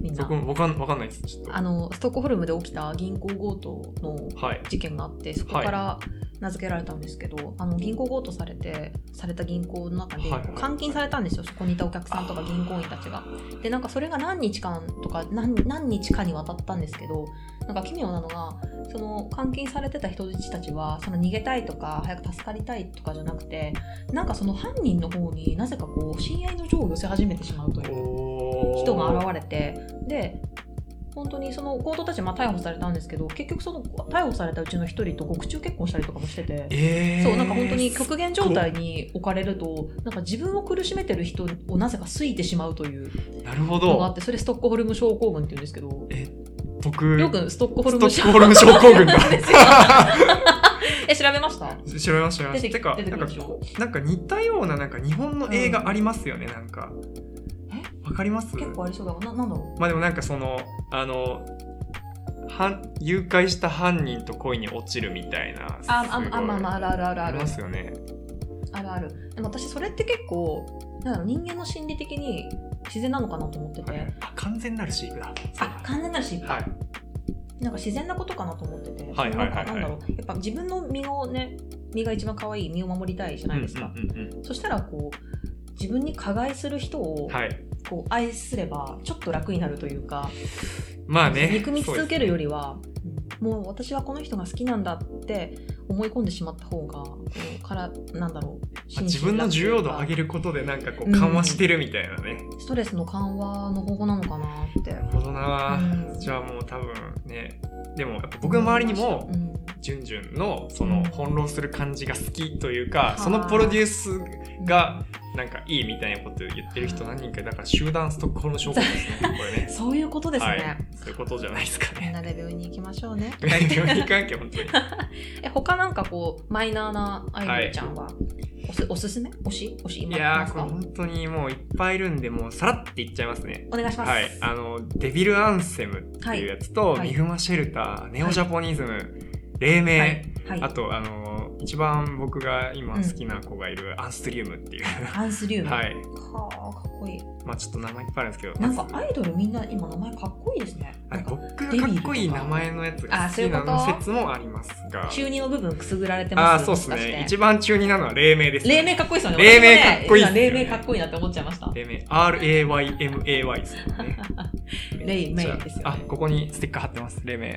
S1: みん
S2: そ
S1: な
S2: こもわかんわかんないですちょっと
S1: あのストックホルムで起きた銀行強盗の
S2: はい
S1: 事件があってそこから名付けられたんですけど、あの銀行強盗されてされた銀行の中で
S2: はいはい
S1: こう監禁されたんですよ、そこにいたお客さんとか銀行員たちが。でなんかそれが何日間とか何何日かにわたったんですけどなんか奇妙なのがその監禁されてた人質たちはその逃げたいとか早く助かりたいとかじゃなくてなんかその犯人の方になぜかこう親愛の情を寄せ始めてしまうという。人
S2: 人
S1: が現れてで本当にその強盗たちまあ逮捕されたんですけど結局その逮捕されたうちの一人と獄中結婚したりとかもしてて。
S2: えー、
S1: そうなんか本当に極限状態に置かれるとなんか自分を苦しめてる人をなぜか好いてしまうという
S2: なるほ
S1: のがあっ
S2: ど
S1: てそれストックホルム症候群って言うんですけど
S2: 僕
S1: りょうくんストックホル
S2: ス
S1: ム
S2: ト
S1: 症
S2: ックホルム症候 群だ
S1: ですよ え調べました
S2: 調べました調べま
S1: 出
S2: してた
S1: き
S2: てか
S1: 出て
S2: な
S1: く
S2: ん
S1: る
S2: か
S1: でしょ
S2: なんか似たようななんか日本の映画ありますよね、なんかわかります
S1: 結構ありそうだがななんだろ
S2: まあでもなんかそのあの犯誘拐した犯人と恋に落ちるみたいな
S1: うああ
S2: すごい
S1: あまあまああるあるある
S2: あ
S1: あ
S2: り
S1: る
S2: ますよね
S1: あるあるでも私それって結構なんだろう人間の心理的に自然なのかなと思ってて、
S2: はいあ完全なる飼育だ
S1: あ完全なるし、
S2: はい
S1: なんか自然なことかなと思ってて、
S2: はいはいはいはい
S1: なんかなんだろうやっぱ自分の身をね身が一番可愛い身を守りたいじゃないですか、
S2: うんうんうんうん
S1: そしたらこう自分に加害する人を
S2: はい
S1: こう愛すればちょっと楽になるというか、
S2: まあね
S1: 憎み続けるよ
S2: り
S1: りは、もう私はこの人が好きなんだって思い込んでしまった方がこうからなんだろう心身
S2: 自分の重要度を上げ
S1: 楽
S2: ることでなんかこう緩和してるみたいなね、
S1: というかストレスの緩和の方法なのかなって、
S2: なるほどな、
S1: うん
S2: じゃあもう多分ねでもやっぱ僕の周りにも、
S1: うん
S2: ジュンジュンのその翻弄する感じが好きというか、
S1: うん
S2: そのプロデュースがなんかいいみたいなことを言ってる人何人かだから集団ストックホルム症候群ですねこれね
S1: そういうことですね、
S2: はい、そういうことじゃないですか
S1: み ん
S2: ね
S1: なで病院に行きましょうね。
S2: 病院関 係本当に
S1: え他なんかこうマイナーなアイドルちゃんは、おすおすすめ推し推し今
S2: い
S1: いま
S2: やー
S1: す
S2: こ
S1: か
S2: れ本当にもういっぱいいるんでもうさらっていっちゃいますね
S1: お願いします。
S2: はい、あのデビルアンセムっていうやつと、
S1: はい
S2: ミフマシェルターネオジャポニズム、黎明、
S1: はいはい
S2: あとあの一番僕が今好きな子がいるアンストリウムっていう、
S1: アンスリウム。
S2: は
S1: はいあかっこいい。
S2: まあちょっと名前いっぱいあるんですけど
S1: なん
S2: ま
S1: か
S2: ず
S1: アイドルみんな今名前かっこいいですね。
S2: あ
S1: なんか
S2: 僕がかっこいい名前のやつが好きな
S1: あ
S2: の
S1: そういうこと
S2: 説もありますが
S1: 中二の部分くすぐられて
S2: あ
S1: ま
S2: あ
S1: す。
S2: そうです
S1: もし
S2: ね
S1: かして
S2: 一番中二なのは黎明です
S1: 黎明かっこいいですよね。
S2: 黎明かっこいいっす
S1: 私も
S2: よ
S1: ね
S2: ね
S1: 今黎明かっこいいなって思っちゃいました。
S2: 黎明 RAYMAY ですよね
S1: 黎明ですよね
S2: あここにステッカー貼ってます黎明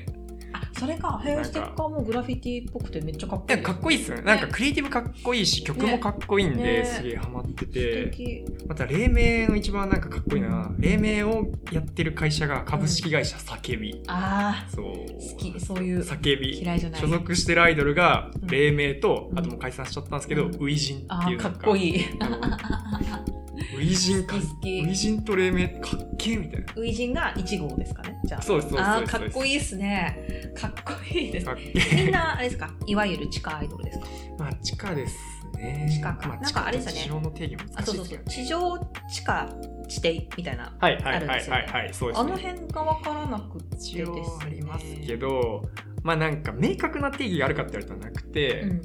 S1: あそれかヘアステッカーもグラフィティっぽくてめっちゃかっこ
S2: い
S1: いい。
S2: やかっこいいっすよねなんかクリエイティブかっこいいし曲もかっこいいんで、
S1: ね
S2: すげえハマって
S1: 素
S2: て、
S1: 敵
S2: また黎明の一番なんかかっこいいのは黎明をやってる会社が株式会社叫び、
S1: あ
S2: そう
S1: あ好きそういう
S2: 叫び
S1: 嫌いじゃない
S2: 所。属してるアイドルが
S1: うん
S2: 黎明と、
S1: うん
S2: あともう解散しちゃったんですけど、
S1: うん
S2: 初陣って
S1: あー
S2: いう
S1: か
S2: なん
S1: っこいい。
S2: あの初陣か
S1: 好き好き
S2: 初陣と黎明かっけえみたいな
S1: 初陣が一号ですかね。じゃあ。
S2: そうですそうです
S1: あー
S2: そうです
S1: かっこ
S2: い
S1: いいですね。かっこいいです
S2: か
S1: ね。
S2: っけ
S1: みんなあれですか、いわゆる地下アイドルですか。
S2: えまあ地下ですね
S1: 地下か
S2: まあ、
S1: なんかあれですよね
S2: 地上の定義も
S1: あ、
S2: 難し
S1: そう
S2: い
S1: そ
S2: で
S1: うそ
S2: すけ
S1: う
S2: ど。
S1: 地上、地下、地底みたいな。
S2: はいはい
S1: あ
S2: はい
S1: るん
S2: は
S1: ですよね
S2: いはいそうです
S1: あ
S2: ね
S1: の辺が分からなくてです
S2: 一
S1: ね。
S2: 応ありますけどまあなんか明確な定義があるかって言われたらなくて、
S1: うん、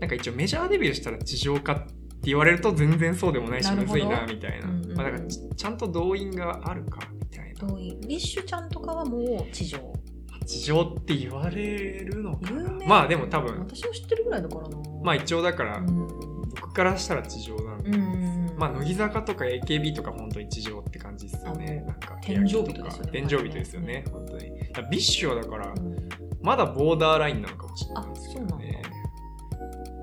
S2: なんか一応メジャーデビューしたら地上化って言われると全然そうでもないし
S1: なる
S2: む
S1: ほ
S2: ず
S1: ど
S2: いなみたいな、
S1: うんうんうん
S2: まあ、だからちちゃんと動員があるかみたいな、
S1: 同意。ビッシュちゃんとかはもう地上。
S2: 地上って言われるのかな
S1: 有名
S2: まあでも多分
S1: 私も知ってるぐらいだからな
S2: まあ一応だから
S1: うん
S2: 僕からしたら地上なんで、
S1: うん
S2: まあ乃木坂とか AKB とか本当に地上って感じですよねなんか
S1: 天井人ですよね
S2: 天井人ですよね本当にだからビッシュはだから
S1: うん
S2: まだボーダーラインなのかもしれないですけどね
S1: あ曖
S2: で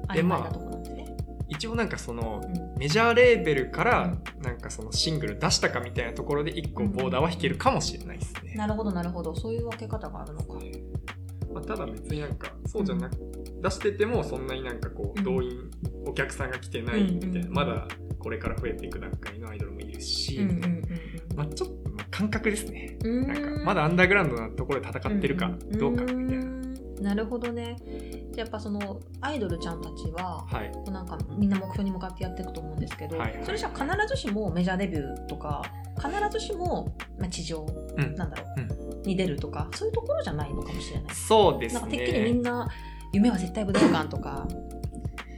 S1: 昧
S2: まあ
S1: なとこなんですね
S2: 一応なんかその
S1: うん
S2: メジャーレーベルか
S1: う
S2: ら
S1: ん
S2: なんかそのシングル出したかみたいなところで一個ボーダーは引けるかもしれないですね、
S1: なるほどなるほどそういう分け方があるのか
S2: まあ、ただ別になんかそうじゃなく、出しててもそんなになんかこ
S1: う
S2: うん動員、お客さんが来てないみたいな、
S1: うんうん
S2: まだこれから増えていく段階のアイドルもいるし、
S1: うんうんうん
S2: まあ、ちょっとまあ感覚ですね
S1: うん
S2: なんかまだアンダーグラウンドなところで戦ってるかどうかみたいな、
S1: ななるほどねじゃあやっぱそのアイドルちゃんたちは
S2: はい
S1: なんかみんな目標に向かってやっていくと思うんですけど、
S2: はいはい
S1: それじゃ必ずしもメジャーデビューとか必ずしも、まあ、地上
S2: うん
S1: なんだろう、に出るとかそういうところじゃないのかもしれない
S2: そうです
S1: な
S2: ね
S1: んかてっきりみんな夢は絶対武道館とか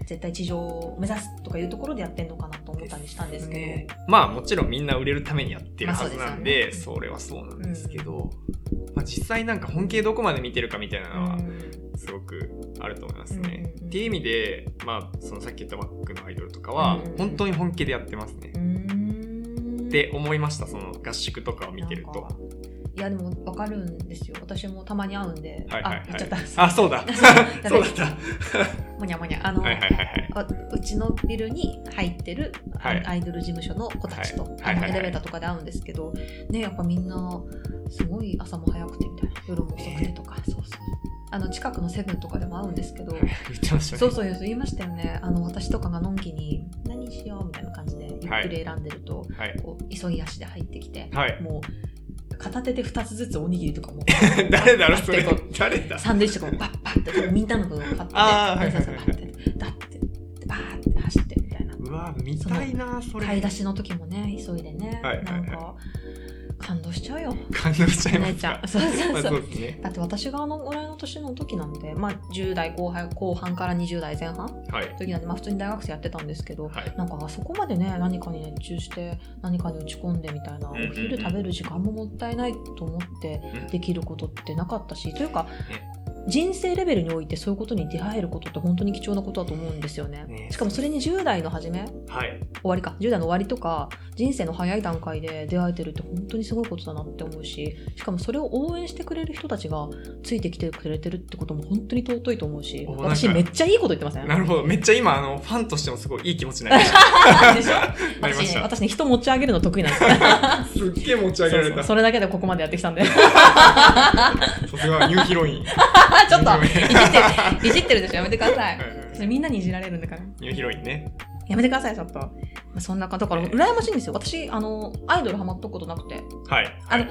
S1: 絶対地上を目指すとかいうところでやってんのかなと思ったりしたんですけど、
S2: ねまあもちろんみんな売れるためにやってるはずなんで,、
S1: まあそうです
S2: そ
S1: よ
S2: れはそうなんですけど、まあ、実際なんか本気でどこまで見てるかみたいなのは
S1: うん
S2: すごくあると思います
S1: うんうん
S2: ね。
S1: うん
S2: っていう意味で、まあ、そのさっき言ったバックのアイドルとかは
S1: うんうんうん
S2: 本当に本気でやってますね。
S1: うーん
S2: って思いましたその合宿とかを見てる
S1: なん。
S2: と
S1: かいやでも分かるんですよ私もたまに会うんで、
S2: はいはいはい
S1: あ言っちゃった
S2: あそうだ
S1: だ
S2: そうだった。
S1: もにゃもにゃあの、
S2: はいはいはいはい。
S1: あうちのビルに入ってるあ
S2: はい
S1: アイドル事務所の子たちと、
S2: はい
S1: あの
S2: はいはいはい
S1: エレベーターとかで会うんですけど、ね、やっぱみんなすごい朝も早くてみたいな夜も遅くてとか、そうそうあの近くのセブンとかでも会うんですけど
S2: 言ってましたね。
S1: そうそう言いましたよねあの私とかがのんきに何しようみたいな感じでゆっくり選んでると、
S2: はい
S1: こう急い足で入ってきて、
S2: はい。
S1: もう片手で2つずつおにぎりとかも
S2: 誰だろうそ
S1: 買っ
S2: れ
S1: てこう。
S2: 誰だ。
S1: サンドイッチとかもバッバッってみんなの分を買って
S2: あーはい
S1: で
S2: はいはい
S1: バッてだってバーって走ってみたいな
S2: うわ見たいなそれ。
S1: 買い出しの時もね急いでね、
S2: はいはいはい
S1: なんか感動しちゃうよ
S2: 感動しちゃ
S1: お
S2: いま
S1: 姉
S2: す
S1: ちゃ
S2: か
S1: ん。 そうそう
S2: まあ
S1: そ
S2: そううですね。
S1: だって私があのぐらいの年の時なんで、まあ、10代後半後半から20代前半
S2: はい
S1: 時なんで、まあ、普通に大学生やってたんですけど
S2: はい。
S1: なんかそこまでね何かに熱中して何かに打ち込んでみたいな、
S2: うんうんうん
S1: お昼食べる時間ももったいないと思って
S2: うん
S1: できることってなかったしというか人生レベルにおいてそういうことに出会えることって本当に貴重なことだと思うんですよね。
S2: ね
S1: しかもそれに10代の初め
S2: はい。
S1: 終わりか10代の終わりとか人生の早い段階で出会えてるって本当にすごいことだなって思うししかもそれを応援してくれる人たちがついてきてくれてるってことも本当に尊いと思うし
S2: おなんか
S1: 私めっちゃいいこと言ってません
S2: なるほど。めっちゃ今あのファンとしてもすごいいい気持ちになりまし
S1: でしょ
S2: た。なりま
S1: 私
S2: し
S1: ね
S2: た。
S1: 私ね人持ち上げるの得意 なんですよ
S2: すっげえ持ち上げ
S1: そう
S2: られ
S1: そう
S2: た。
S1: それだけでここまでやってきた んでち
S2: さすがニューヒロイ
S1: ょ
S2: ン。
S1: っといじ
S2: は
S1: ってるいじってるでしょやめてくださ
S2: いはいい
S1: それみんなにいじられるんだから
S2: ニューヒロインね。
S1: やめてくださいちょっと、まあ、そんなことだから羨ましいんですよ私あのアイドルハマったことなくて
S2: はい。
S1: あの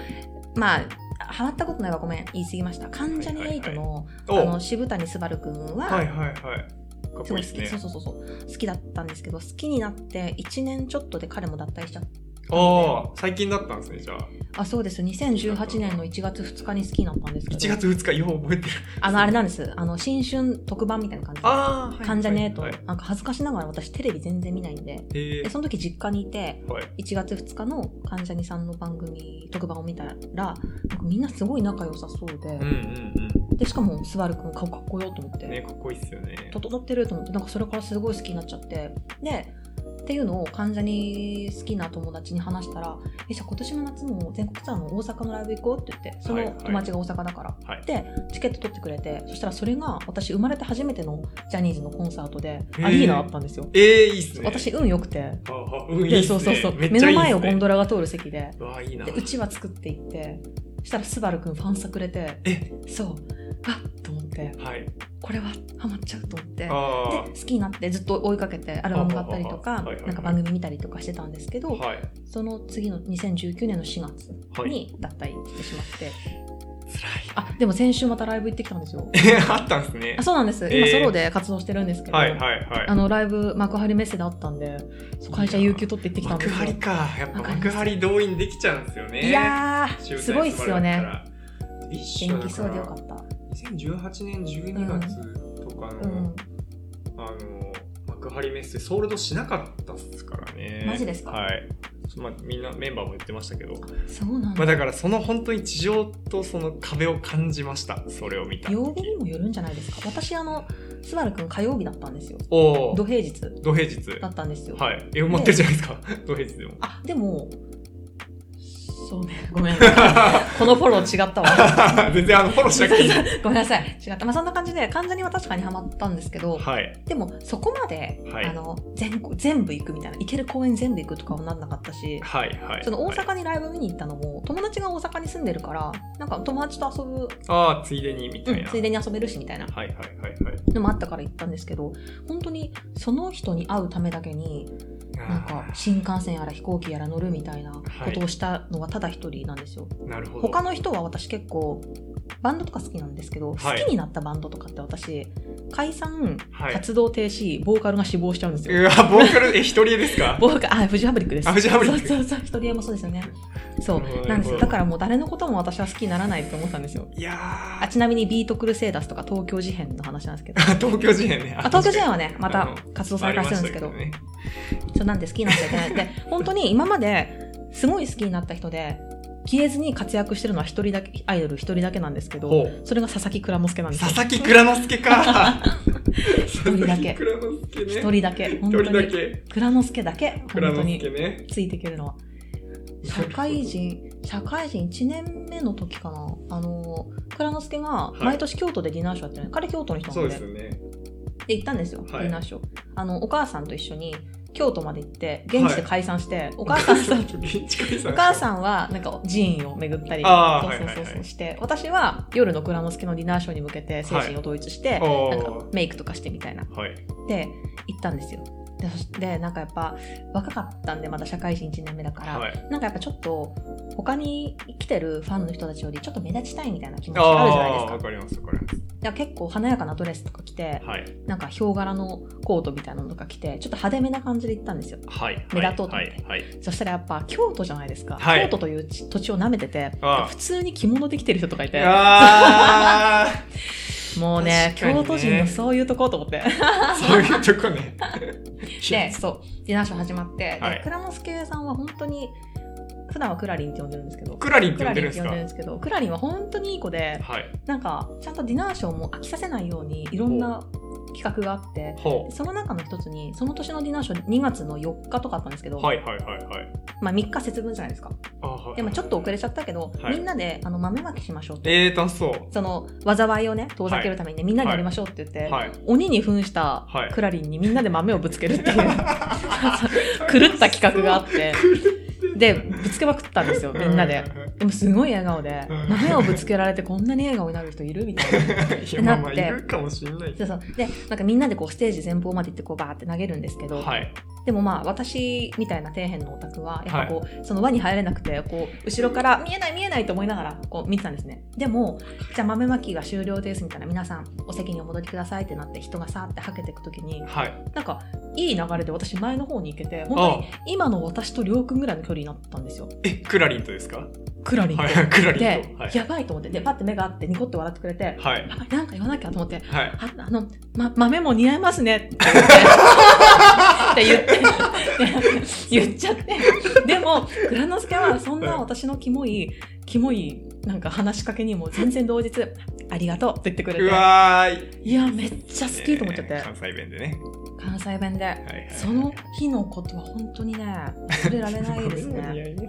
S1: まあハマったことないわごめん言い過ぎました関ジャニ∞の,、
S2: お
S1: あの渋谷昴くんは、
S2: はいはいはい。かっ
S1: す
S2: こ
S1: ご
S2: い
S1: い好
S2: いです
S1: き
S2: ね
S1: そう。そうそうそう好きだったんですけど好きになって1年ちょっとで彼も脱退しちゃっ
S2: ああ、最近だったんですね、じゃあ。
S1: たあそうです2018年の1月2日に好きになったんですけど
S2: 1月2日、よう覚えてる。
S1: あのあれなんですあの新春特番みたいな感じで
S2: ああ、はい。
S1: 関ジャニ
S2: は
S1: ∞
S2: い
S1: なんか恥ずかしながら私テレビ全然見ないんで
S2: へ
S1: で
S2: え。
S1: その時実家にいて
S2: はい。
S1: 1月2日の関ジャニさんの番組特番を見たらなんかみんなすごい仲良さそうで、
S2: うんうん
S1: でしかもスバルくん顔かっこよと思っ
S2: う
S1: て、
S2: ん。ね、かっこいいっすよね。
S1: 整ってると思ってなんかそれからすごい好きになっちゃってでっていうのを患者に好きな友達に話したら「えじゃあ今年の夏も全国ツアーの大阪のライブ行こう」って言ってそ
S2: はい
S1: の
S2: はい
S1: 友達が大阪だから、
S2: はい
S1: でチケット取ってくれてそしたらそれが私生まれて初めてのジャニーズのコンサートで
S2: へー
S1: アリーナだったんですよ。
S2: ええ、いいっすね。
S1: 私運良くて
S2: ああ、うん、いい
S1: で
S2: っす
S1: そう
S2: ね。
S1: そうそう
S2: めっ
S1: 目
S2: ちゃ
S1: の
S2: いいっすね
S1: 前をゴンドラが通る席で
S2: うわあ、いいな
S1: で。うちは作っていってそしたらスバルくんファンサくれて
S2: え
S1: そうあっと思って
S2: はい。
S1: これはハマっちゃうと思って
S2: あ
S1: で好きになってずっと追いかけてアルバム買ったりと
S2: は
S1: か
S2: はははいはい
S1: なんか番組見たりとかしてたんですけ
S2: あ、
S1: ど、
S2: はい。
S1: その次の2019年の4月
S2: はい。
S1: に脱退してしまって、
S2: つらい。
S1: あでも先週またライブ行ってきたんですよ
S2: え、あったんですね
S1: あ。そうなんです
S2: えー
S1: 今ソロで活動してるんですけど、
S2: はいはいはい。
S1: あのライブ幕張メッセであったんでそう会社有給取って行ってきたんで
S2: 幕
S1: すよ
S2: 張か。やっぱ
S1: わかります
S2: 幕張動員できちゃうんですよね。
S1: いやー
S2: 集大
S1: すごいっすよね元
S2: 成だから。
S1: 気そうでよか
S2: っ
S1: った
S2: た。2018年12月とかの、
S1: うん
S2: あの幕張メッセソールドしなかったっすからね
S1: マジですか
S2: はいまあ、みんなメンバーも言ってましたけど、
S1: そうなん
S2: ま
S1: だ
S2: あ、だからその本当に地上とその壁を感じましたそれを見た
S1: 曜日にもよるんじゃないですか私あのスバルくん火曜日だったんですよ
S2: おお
S1: 土平日
S2: 土平日
S1: だったんですよ、
S2: はいえ持ってるじゃないですか土平日でも
S1: あでもそうねごめん このフォロー違 ったわ
S2: 全然あのフォローしなくていい
S1: ごめんなさい違ったまあそんな感じで完全には確かにハマったんですけど
S2: はい
S1: でもそこまで、
S2: はい
S1: あの全国全部行くみたいな行ける公園全部行くとかもなんなかったし
S2: はいはい
S1: その大
S2: はい
S1: 阪にライブ見に行ったのも友達が大阪に住んでるからなんか友達と遊ぶ、
S2: ああついでにみた
S1: う
S2: い
S1: ん
S2: な、
S1: ついでに遊べるしみたいな
S2: はいはいはいはい
S1: のもあったから行ったんですけど本当にその人に会うためだけになんか新幹線やら飛行機やら乗るみたいなことをしたのはただ一人なんですよ、
S2: あーなるほど
S1: 他の人は私結構バンドとか好きなんですけど、
S2: はい
S1: 好きになったバンドとかって私解散
S2: はい
S1: 活動停止ボーカルが死亡しちゃうんですよ、
S2: うわボーカルえ一人です か
S1: ボーカルあフジファブリックです
S2: あフジファブリック
S1: そうそうそう一人家もそうですよねそう
S2: なるほど
S1: なんですよだ
S2: なるほど
S1: からもう誰のことも私は好きにならないって思ってたんですよ
S2: いや
S1: あちなみにビートクルセイダースとか東京事変の話なんですけど
S2: ー 東京事変ね
S1: あ東京事変
S2: は
S1: はねま
S2: あ
S1: た
S2: の
S1: 活動再開するんですけど
S2: ね、
S1: そうなんで好きになっちゃいけない で本当に今まですごい好きになった人で消えずに活躍してるのは一人だけアイドル一人だけなんですけど
S2: ほう
S1: それが佐々木蔵之介なんですよ
S2: 佐々木蔵之介 か
S1: 人だけ
S2: 一佐々木蔵之介ね
S1: 一人だけ本当
S2: 一人だ
S1: に
S2: け
S1: 蔵之介だけ
S2: 蔵
S1: 本当
S2: 之
S1: に
S2: 介ね
S1: ついていけるのは社会人社会人1年目の時かなあの蔵之介が
S2: い
S1: 毎年京都でディナーショーやってる、彼京都の人
S2: そ
S1: なん
S2: う
S1: で
S2: ですよね
S1: で行ったんですよ、
S2: はい
S1: ディナーショーあのお母さんと一緒に京都まで行って現地で解散して、お母さんと
S2: 近いさ
S1: お母さんはなんか寺院を巡ったり
S2: あ
S1: そ
S2: ー
S1: うそう
S2: はい
S1: そう
S2: はい
S1: そう
S2: はい
S1: して私は夜の蔵之介のディナーショーに向けて精神を統一して、
S2: お
S1: なん
S2: ー
S1: かメイクとかしてみたいな
S2: はい
S1: で行ったんですよでそしでなんかやっぱ若かったんでまだ社会人1年目だから、
S2: はい
S1: なんかやっぱちょっと他に来てるファンの人たちよりちょっと目立ちたいみたいな気持ちがあるじゃないです
S2: ー
S1: か
S2: わかりますわかりま
S1: いや結構華やかなドレスとか着て
S2: すはい
S1: なんかヒョウ柄のコートみたいなのとか着てちょっと派手めな感じで行ったんですよ
S2: はい
S1: 目立とうと
S2: は
S1: 思っ
S2: い
S1: て
S2: はい
S1: そしたらやっぱ京都じゃないですか、
S2: はい
S1: 京都という地土地を舐めてて
S2: ああ
S1: 普通に着物できてる人とかいて
S2: ああ
S1: もうね
S2: 確かに
S1: 京都
S2: ね
S1: 人のそういうとこと思って
S2: そういうと こね。
S1: でそうディナーショー始まって、で
S2: はい
S1: 蔵之介さんは本当に普段はクラリンって呼んでるんですけど
S2: クラリンっ
S1: ク
S2: て
S1: ラ
S2: 呼ん
S1: リ
S2: で
S1: ン
S2: る
S1: って呼
S2: んです
S1: ん
S2: か
S1: でるんですけどクラリンは本当にいい子で
S2: はい。
S1: なんかちゃんとディナーショーも飽きさせないようにいろんな企画があって
S2: ほ
S1: その中の一つにその年のディナーショー2月の4日とかあったんですけ
S2: う。
S1: ど、
S2: はいはいはいはい。
S1: まあ、3日節分じゃないですか
S2: あはい
S1: でもちょっと遅れちゃったけど、
S2: はい
S1: みんなであの豆まきしましょうと
S2: えー、楽しそ
S1: その災いをね遠ざけるためにね、みんなでやりましょうって言って、
S2: う。はい。
S1: 鬼に扮した
S2: はい
S1: クラリンにみんなで豆をぶつけるって いう狂った企画があってでぶつけまくったんですよみんなで。でもすごい笑顔で
S2: うん
S1: 豆をぶつけられてこんなに笑顔になる人いるみたいな。
S2: いや、まあまあ、いるかもしれない
S1: そ
S2: け
S1: うそうでなんかみんなでこうステージ前方まで行ってこうバーって投げるんですけ
S2: ど。
S1: ど、
S2: はい。
S1: でもまあ私みたいな底辺のオタクはやっぱこう、その輪に入れなくてこう後ろから見えない見えないと思いながらこう見てたんですねでもじゃあ豆まきが終了ですみたいな皆さんお席にお戻りくださいってなって人がさーってはけていく時に
S2: はい。
S1: なんかいい流れで私前の方に行けて本当に今の私とりょうくんぐらいの距離になったんですよ
S2: え、クラリンとですか
S1: クラリンと。
S2: はい、クラリ
S1: で
S2: ンと。はい。
S1: やばいと思ってでパッて目があってニコッと笑ってくれて、や
S2: はい。
S1: ばいなんか言わなきゃと思って
S2: はい。
S1: ああの、ま、豆も似合いますねって言ってって言って言っちゃってでも蔵之介はそんな私のキモいキモいなんか話しかけにも全然同日ありがとうって言ってくれ
S2: う
S1: て
S2: わーい。
S1: いやめっちゃ好きと思っちゃって
S2: えー関西弁でね。
S1: 関西弁で
S2: はいはい。
S1: その日のことは本当にね忘れられ ないです
S2: ごめん似合
S1: ね
S2: いね。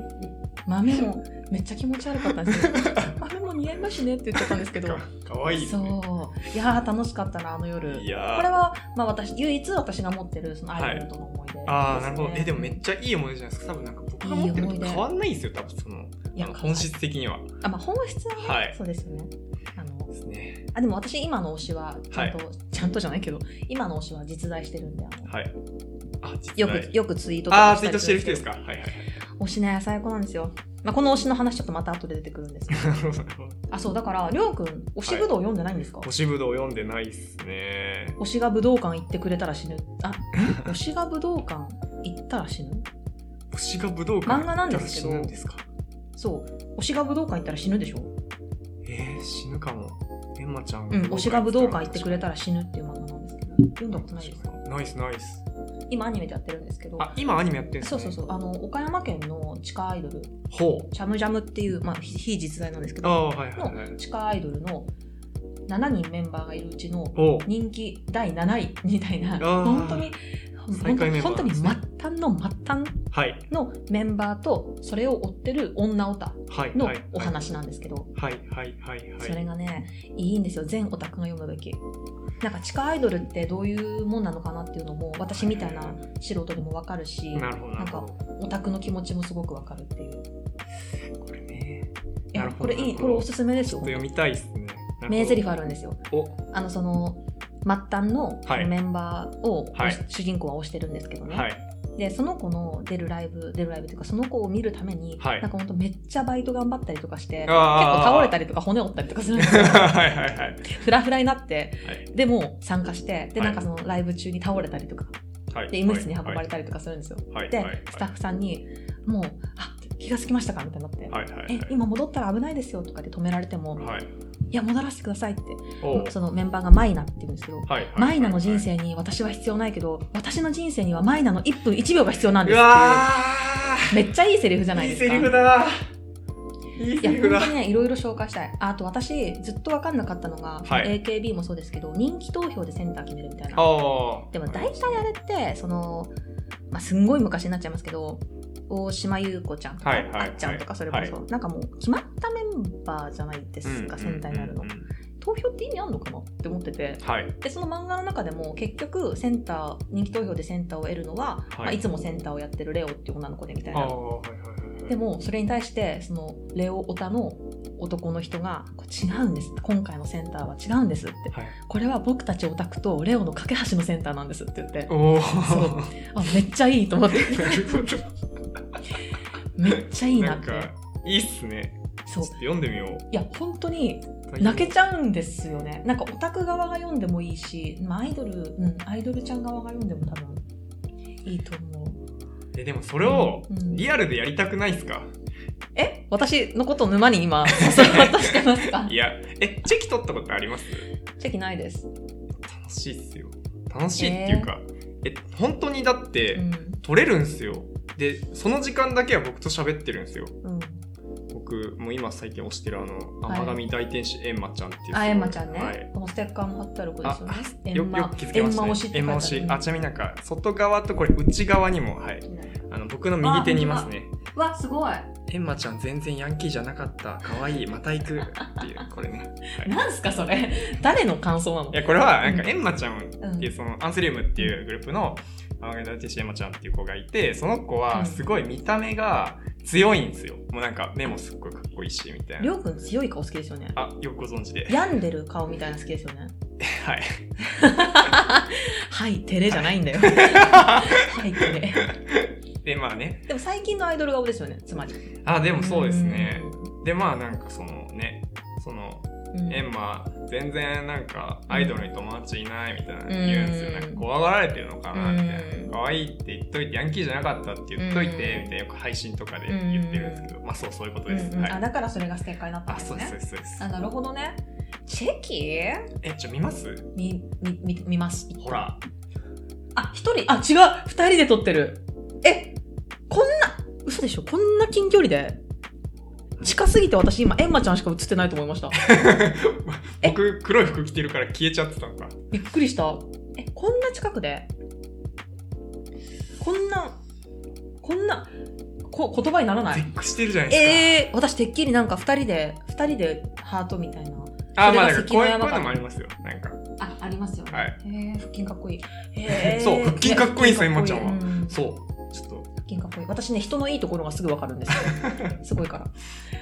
S1: 豆もめっちゃ気持ち悪かったん ですよ豆も似合いますねって言っちゃったんですけど
S2: かかわいいですね。
S1: そういやー楽しかったなあの夜
S2: いやー
S1: これは、まあ、私唯一私が持ってるそのアイドルとの思い出です、ね
S2: ああ、なるほど。え、でもめっちゃいい思い出じゃないですか。多分なんか僕が持ってるのと変わんないんですよ、多分その、
S1: いや
S2: あの本質的には。
S1: あ、まあ、本質はね、
S2: はい
S1: そうですよねあの
S2: ですね。
S1: あでも私今の推しはちゃんと、ちゃんとじゃないけど今の推しは実在してるんであの
S2: はい。あ、実
S1: よ
S2: は
S1: くよくツイートと
S2: あ
S1: か
S2: あ、ツイートしてる人です
S1: か
S2: か。はいはい はい。
S1: 推しね最高なんですよ、まあ、この推しの話ちょっとまた後で出てくるんですけどあそうだからりょうくん推しぶどう読んでないんですか、
S2: 推しぶどう読んでないっすね。
S1: 推しが武道館行ってくれたら死ぬあ推しが武道館行ったら死ぬ
S2: 推しが武道館
S1: 漫画なんですけど
S2: 死ぬんですか。
S1: そう推しが武道館行ったら死ぬでしょ
S2: えー、死ぬかも。エンマちゃん。
S1: うん、推しが武道館行ってくれたら死ぬっていう漫画なんですけど、読んだことないですか
S2: ナイスナイス。
S1: 今アニメでやってるんですけど
S2: あ今アニメやってるんです
S1: そ
S2: ね
S1: うそうそうあの岡山県の地下アイドル
S2: ほう
S1: ジャムジャムっていう、まあ、非非実在なんですけ
S2: あ
S1: ど
S2: あはいはいはい
S1: の地下アイドルの7人メンバーがいるうちの
S2: ほ
S1: 人気第7位みたいな
S2: あー
S1: 本当に本当
S2: 最下位メ
S1: に
S2: ンバ
S1: 本当
S2: ー
S1: に
S2: です
S1: 末
S2: ね
S1: 端の末端
S2: うはい
S1: のメンバーとそれを追ってる女オタ
S2: はい
S1: の
S2: はい
S1: お話なんですけど、
S2: はいはいはいはい
S1: それがねいいんですよ全オタクが読むべきなんか地下アイドルってどういうもんなのかなっていうのも私みたいな素人でも分かるし
S2: なるほど
S1: な
S2: なんる
S1: か
S2: ほど
S1: オタクの気持ちもすごく分かるっていう
S2: これね
S1: いや
S2: なる
S1: こ
S2: ほど
S1: れい
S2: ないるほど
S1: これおすすめです
S2: ちょっ
S1: よ
S2: と読みたいですね
S1: 名台詞あ
S2: る
S1: るんですよ
S2: ほど
S1: あのその末端の
S2: はい
S1: メンバーを、
S2: はい
S1: 主人公は推してるんですけど
S2: お
S1: ね、
S2: はい
S1: でその子の出るライブ出るライブというかその子を見るために、
S2: はい
S1: なんかほんとめっちゃバイト頑張ったりとかして結構
S2: あー
S1: 倒れたりとか骨折ったりとかするん ですよ
S2: はいはいはい
S1: フラフラになって、
S2: はい
S1: でも参加してで
S2: は
S1: な
S2: い
S1: んかそのライブ中に倒れたりとか
S2: はい
S1: で医務室に運ばれたりとかするんですよ、
S2: はい
S1: で、
S2: はいはい
S1: スタッフさんに「もうあ気がつきましたか?」みたいになって「
S2: はいはいはい
S1: え今戻ったら危ないですよ」とかで止められても「
S2: はい
S1: いや戻らせてください」って
S2: おう
S1: そのメンバーがマイナって言うんですけど、
S2: はいはいはい
S1: マイナの人生に私は必要ないけど私の人生にはマイナの1分1秒が必要なんで
S2: う
S1: すっていう
S2: わ
S1: めっちゃいいセリフじゃ
S2: ー
S1: ない
S2: い
S1: で
S2: い
S1: すか
S2: セリフだいいセリ
S1: い
S2: フ
S1: や
S2: だ
S1: 本当にねいろいろ紹介したいああと私ずっと分かんなかったのが、
S2: はい
S1: AKB もそうですけど人気投票でセンター決めるみたいな
S2: ああ
S1: でも大体あれってその、まあ、すんごい昔になっちゃいますけど大島優子ちゃんとか、
S2: はいはいはい
S1: あっちゃんとかそれこそ、なんかもう決まったメンバーじゃないですか、センターになるの、
S2: うんうんうん
S1: 投票って意味あんのかなって思ってて
S2: うんはい
S1: でその漫画の中でも結局センター人気投票でセンターを得るのは、いまあ、いつもセンターをやってるレオっていう女の子でみたい
S2: あ
S1: な
S2: あはいはいはいはい
S1: でもそれに対してそのレオオタの男の人が「これ違うんです今回のセンターは違うんです」って
S2: はい
S1: 「これは僕たちオタクとレオの架け橋のセンターなんです」って言って
S2: おお
S1: そうあめっちゃいいと 思って
S2: なるほど
S1: めっちゃいいな
S2: なん
S1: って
S2: かいいっすねち
S1: そ
S2: ょ
S1: う
S2: っと読んでみよう
S1: いや本当に
S2: 大丈夫
S1: 泣けちゃうんですよねなんかオタク側が読んでもいいし、まあ、アイドル、うん、アイドルちゃん側が読んでも多分いいと思う
S2: えでもそれを
S1: うん
S2: リアルでやりたくないっすか
S1: え私のことを沼に 今誘おうとしてますか
S2: いやえチェキ取ったことあります
S1: チェキないです、
S2: 楽しいっすよ楽しいっていうかえ本当にだって
S1: うん
S2: 取れるんすよでその時間だけは僕と喋ってるんですよ
S1: うん、
S2: 僕もう今最近推してるあの
S1: はい
S2: 天神大天使エンマちゃんっていう
S1: あ、エンマちゃんね。
S2: はい
S1: このステッカーも貼ってある子で
S2: あ
S1: すよね。
S2: あ
S1: エ
S2: よ
S1: ンマ
S2: よく気づきました
S1: エンマ
S2: ね
S1: 推しって書いて
S2: エンマ
S1: あ
S2: 推
S1: る
S2: しあちなみになんか外側とこれ内側にもはいあの僕の右手にいますね
S1: うんわ、すごい。
S2: エンマちゃん全然ヤンキーじゃなかった可愛いまた行くっていうこれね、 はい、
S1: なんすかそれ。 誰の感想なの
S2: い？やこれはなん
S1: う
S2: か
S1: ん
S2: エンマちゃんって
S1: うん
S2: いうそのアンセリウムっていうグループのアーガダティシエンマちゃんっていう子がいてその子
S1: うん
S2: はすごい見た目が強いんですよもうなんか目もすっごいかっこいいしみたい
S1: り
S2: な
S1: ょうくん強い顔好きですよね。
S2: あよくご存知で
S1: 病んでる顔みたいなの好きですよ ね。
S2: はい
S1: はい、照れじゃないんだよ。はい、照れ。
S2: でまあね
S1: でも最近のアイドル顔ですよね。つまり。
S2: あでもそうですねでまあなんかそのねその
S1: うん。
S2: エンマ全然なんかアイドルに友達いないみたいなの言うんですよ、
S1: うん
S2: なんか怖がられてるのかなみたいな、
S1: うん
S2: 可愛いって言っといてヤンキーじゃなかったって言っとい
S1: う
S2: て、
S1: ん
S2: みたいなよく配信とかで言ってるんですけど、まあそうそういうことです、
S1: うんうん
S2: はい
S1: あ、だからそれがステッカーになったん
S2: あ
S1: です
S2: そう
S1: ね。
S2: ですそうですそうです
S1: あ、なるほどね。チェキ？
S2: えちょ見ます
S1: みみみ見ます。
S2: ほら
S1: あ、一人、あ、違う、二人で撮ってる。え、こんな、嘘でしょ、こんな近距離で。近すぎて私今、エンマちゃんしか映ってないと思いま した。え
S2: 僕黒い服着てるから消えちゃってたのか
S1: びっくりした。え、こんな近くで。こんな、こんな、こ言葉にならない。
S2: 絶句してるじゃないです
S1: えー、私てっきりなんか二人で、二人でハートみたいな。
S2: か、あ
S1: それ
S2: ま
S1: が
S2: あなんかこ
S1: 関
S2: ういうこう
S1: の山か
S2: いうのもありますよなんか
S1: あ、ありますよね。
S2: はい
S1: えー、腹筋かっこいい。えー
S2: そう腹筋かっこいいんですよエンマちゃんは
S1: う
S2: そうちょっと
S1: 腹筋かっこいい私ね人のいいところがすぐ分かるんですよ すごいから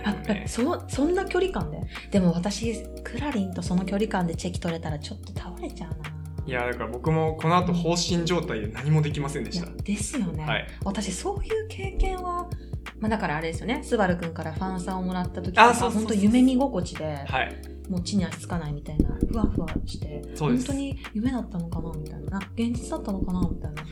S1: あ
S2: ね
S1: そのそんな距離感ででも私クラリンとその距離感でチェキ取れたらちょっと倒れちゃうない
S2: やだから僕もこの後放心状態で何もできませんで
S1: い
S2: し
S1: や
S2: た
S1: ですよね、
S2: はい
S1: 私そういう経験はまあだからあれですよねスバルくんからファンさんをもらった時と
S2: あ
S1: か
S2: そうそうそ
S1: 本
S2: う
S1: 当夢見心地で
S2: はい
S1: もう地に足つかないみたいなふわふわして
S2: そうで
S1: 本
S2: す
S1: 当に夢だったのかなみたいなあ現実だったのかなみたいな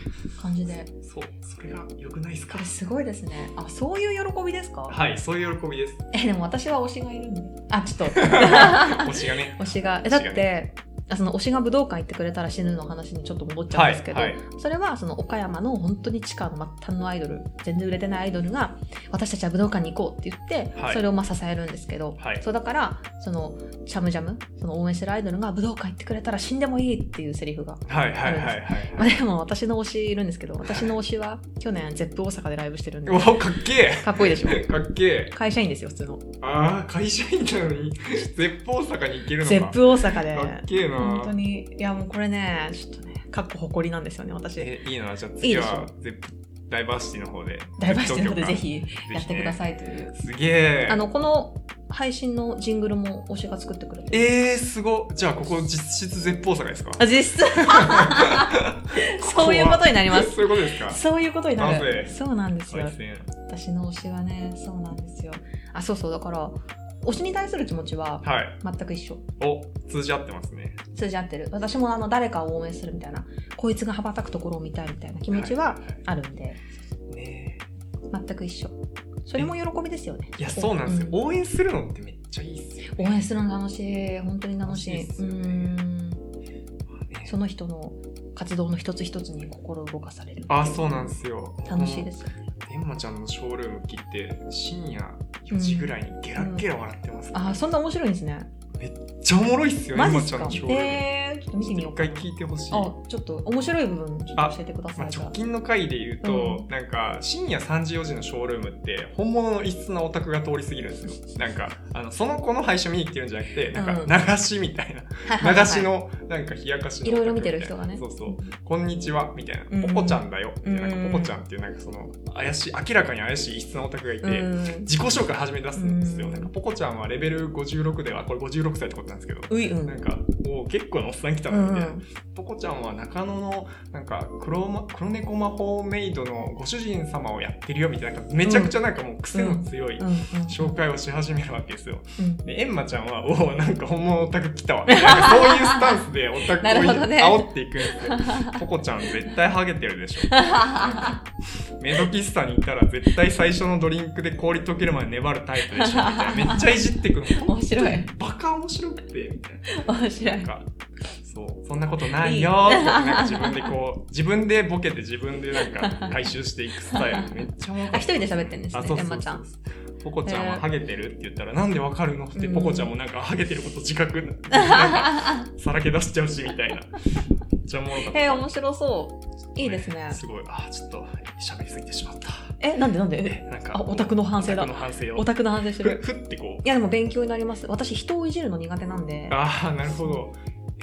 S1: 感じで
S2: そうそれが良くないです
S1: こ
S2: か
S1: れすごいですねあそういう喜びですか
S2: はいそういう喜 びです
S1: えでも私は推しがいるんであちょっと
S2: 推しがね
S1: 推しがえだっ
S2: 推して
S1: あその推しが武道館行ってくれたら死ぬの話にちょっと戻っちゃうんですけど、
S2: はいはい
S1: それはその岡山の本当に地下の末端のアイドル全然売れてないアイドルが私たちは武道館に行こうって言って、
S2: はい
S1: それをまあ支えるんですけど、
S2: はい
S1: そうだからそのチャムジャムその応援してるアイドルが武道館行ってくれたら死んでもいいっていうセリフが。
S2: はいはいはいはい
S1: まあ、でも私の推しいるんですけど私の推しは去年 ZEP 大阪でライブしてるんで
S2: うわかっけ
S1: かっこいいでしょ
S2: えか っけえ
S1: 会社員ですよ普通の
S2: あー会社員なのに絶望坂に行けるのか
S1: ZEP 大阪で
S2: かっけえな
S1: 本当にいやもうこれねちょっとねかっこ誇りなんですよね私
S2: えいいなじゃあ
S1: いい
S2: 次
S1: でし
S2: は
S1: ょ
S2: 絶ダイバーシティの方で
S1: ダイバーシティの方でぜ
S2: ぜ
S1: ひ
S2: ひね
S1: やってくださいという、
S2: すげえ
S1: あのこの配信のジングルも推しが作ってくれて
S2: えー、すごじゃあここ実質絶望坂ですか
S1: あ 実質 そういうことになります
S2: そういうことですか
S1: そういうことにな
S2: なぜ
S1: るそうなんです
S2: そう
S1: よ
S2: ですね
S1: 私の推しはねそうなんですよあそうそうだから推しに対する気持ちは
S2: はい
S1: 全く一緒
S2: お通じ合ってますね
S1: 通じ合ってる私もあの誰かを応援するみたいなこいつが羽ばたくところを見たいみたいな気持ちはい
S2: い
S1: あるんで、
S2: いね
S1: 全く一緒それも喜びですよね
S2: えいやそうなんですよ、応援するのってめっちゃいいっすよ
S1: 応援するの楽しい本当に楽しい
S2: 楽しいっすよね
S1: うん
S2: ね
S1: その人の活動の一つ一つに心動かされる
S2: あそうなんですよ
S1: 楽しいですすよね、
S2: エンマちゃんのショールーム切って深夜4時ぐらいにゲラッゲラ笑ってます、
S1: あーそんな面白いんですね
S2: めっちゃおもろいっすよエ
S1: マ
S2: ン
S1: ジ
S2: マ
S1: っ
S2: ち
S1: す
S2: ゃん
S1: か
S2: のショールーム、
S1: えー、ちょっと見てみよう
S2: 一
S1: か
S2: 回聞いてほしい
S1: あちょっと面白い部分ちょっと教えてくださ
S2: まあ、
S1: いじゃ
S2: 直
S1: あ
S2: 近の回で言うと、
S1: うん
S2: なんか深夜3時4時のショールームって本物の異質なオタクが通り過ぎるんですよなんかあのその子の配信見に来てるんじゃなくてなんか流しみたいな、
S1: はいはいはい
S2: 流しのなんか冷やかしの
S1: いろいろ見てる人がね
S2: そうそうこんにちはみたい
S1: うん
S2: なポコちゃんだよみたいな
S1: うん
S2: ポコちゃんっていうなんかその怪しい明らかに怪しい異質なオタクがいて、
S1: うん
S2: 自己紹介始め出すんですよ、
S1: うん
S2: なんかポコちゃんはレベル56ではこれ56歳ってことなんですけど
S1: ういうん
S2: なんかおー結構なおっさん来た
S1: う
S2: なみたいな、
S1: ん
S2: ポコちゃんは中野のなんか黒ま黒猫魔法メイドのご主人様をやってるよみたいななんかめちゃくちゃなんかもう癖の強い
S1: うんうん
S2: 紹介をし始めるわけですよ。
S1: うん
S2: でエンマちゃんは「おおなんか本物オタク 来たわ」みたいなそういうスタンスでオタク
S1: なるほどね
S2: を煽っていくんですよ。ポコちゃん絶対ハゲてるで しょ。メイド喫茶に行ったら絶対最初のドリンクで氷溶けるまで粘るタイプでしょみたいなめっちゃいじってくるの
S1: 面白い
S2: 本当にバカ面白くてみたいな。
S1: 面白
S2: なん
S1: い
S2: かそうそんなことないよーってなんか自分で こう自分でボケて自分でなんか回収していくスタイルめっちゃ面白い
S1: あ一人で喋ってんですね
S2: あそうそう
S1: エン
S2: そ
S1: マ
S2: う
S1: ちゃん
S2: ポコちゃんはハゲてるって言ったら、なんでわかるのって
S1: うん
S2: ポコちゃんもなんかハゲてること自覚な なんかさらけ出しちゃうしみたいなめっちゃおもろかった
S1: えー、面白そういいですね
S2: すごいあちょっと喋りすぎてしまった
S1: えなんでなん
S2: え
S1: で
S2: なんか
S1: あオタクの反省だ
S2: オタクの反省
S1: オ
S2: を
S1: タクの反省して
S2: ふ
S1: る
S2: ふってこう
S1: いやでも勉強になります私人をいじるの苦手なんで
S2: ああなるほど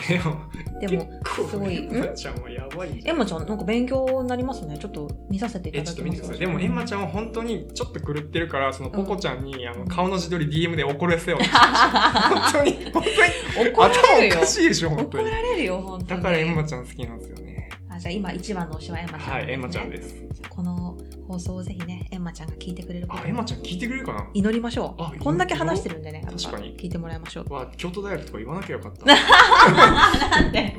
S2: でも
S1: でも
S2: 結
S1: す
S2: 構
S1: ごい
S2: エンマちゃんはやばいじゃん
S1: エンマちゃんなんか勉強になりますねちょっと見させてい
S2: え
S1: た
S2: ちょ
S1: だき
S2: っと見
S1: ま
S2: てくだ
S1: す
S2: さ いでもエンマちゃんは本当にちょっと狂ってるからそのポコちゃんに、あ
S1: う
S2: の
S1: ん
S2: 顔の自撮り DM で怒らせ ようとしてました本当に本当に
S1: 怒られるよ
S2: 頭おかしいでしょ本
S1: 怒
S2: 当に
S1: られるよ本当
S2: だ
S1: に
S2: からエンマちゃん好きなんですよね
S1: あじゃあ今一番の推しはエンマちゃんですね、
S2: はいエンマちゃんです
S1: この放送をぜひねエンマちゃんが聞いてくれること
S2: あ
S1: を
S2: エンマちゃん聞いてくれるかな
S1: 祈りましょ
S2: あ
S1: うこんだけ話してるんでねやっぱ
S2: 確かに
S1: 聞いてもらいましょう
S2: わ京都大学とか言わなきゃよかった
S1: なんで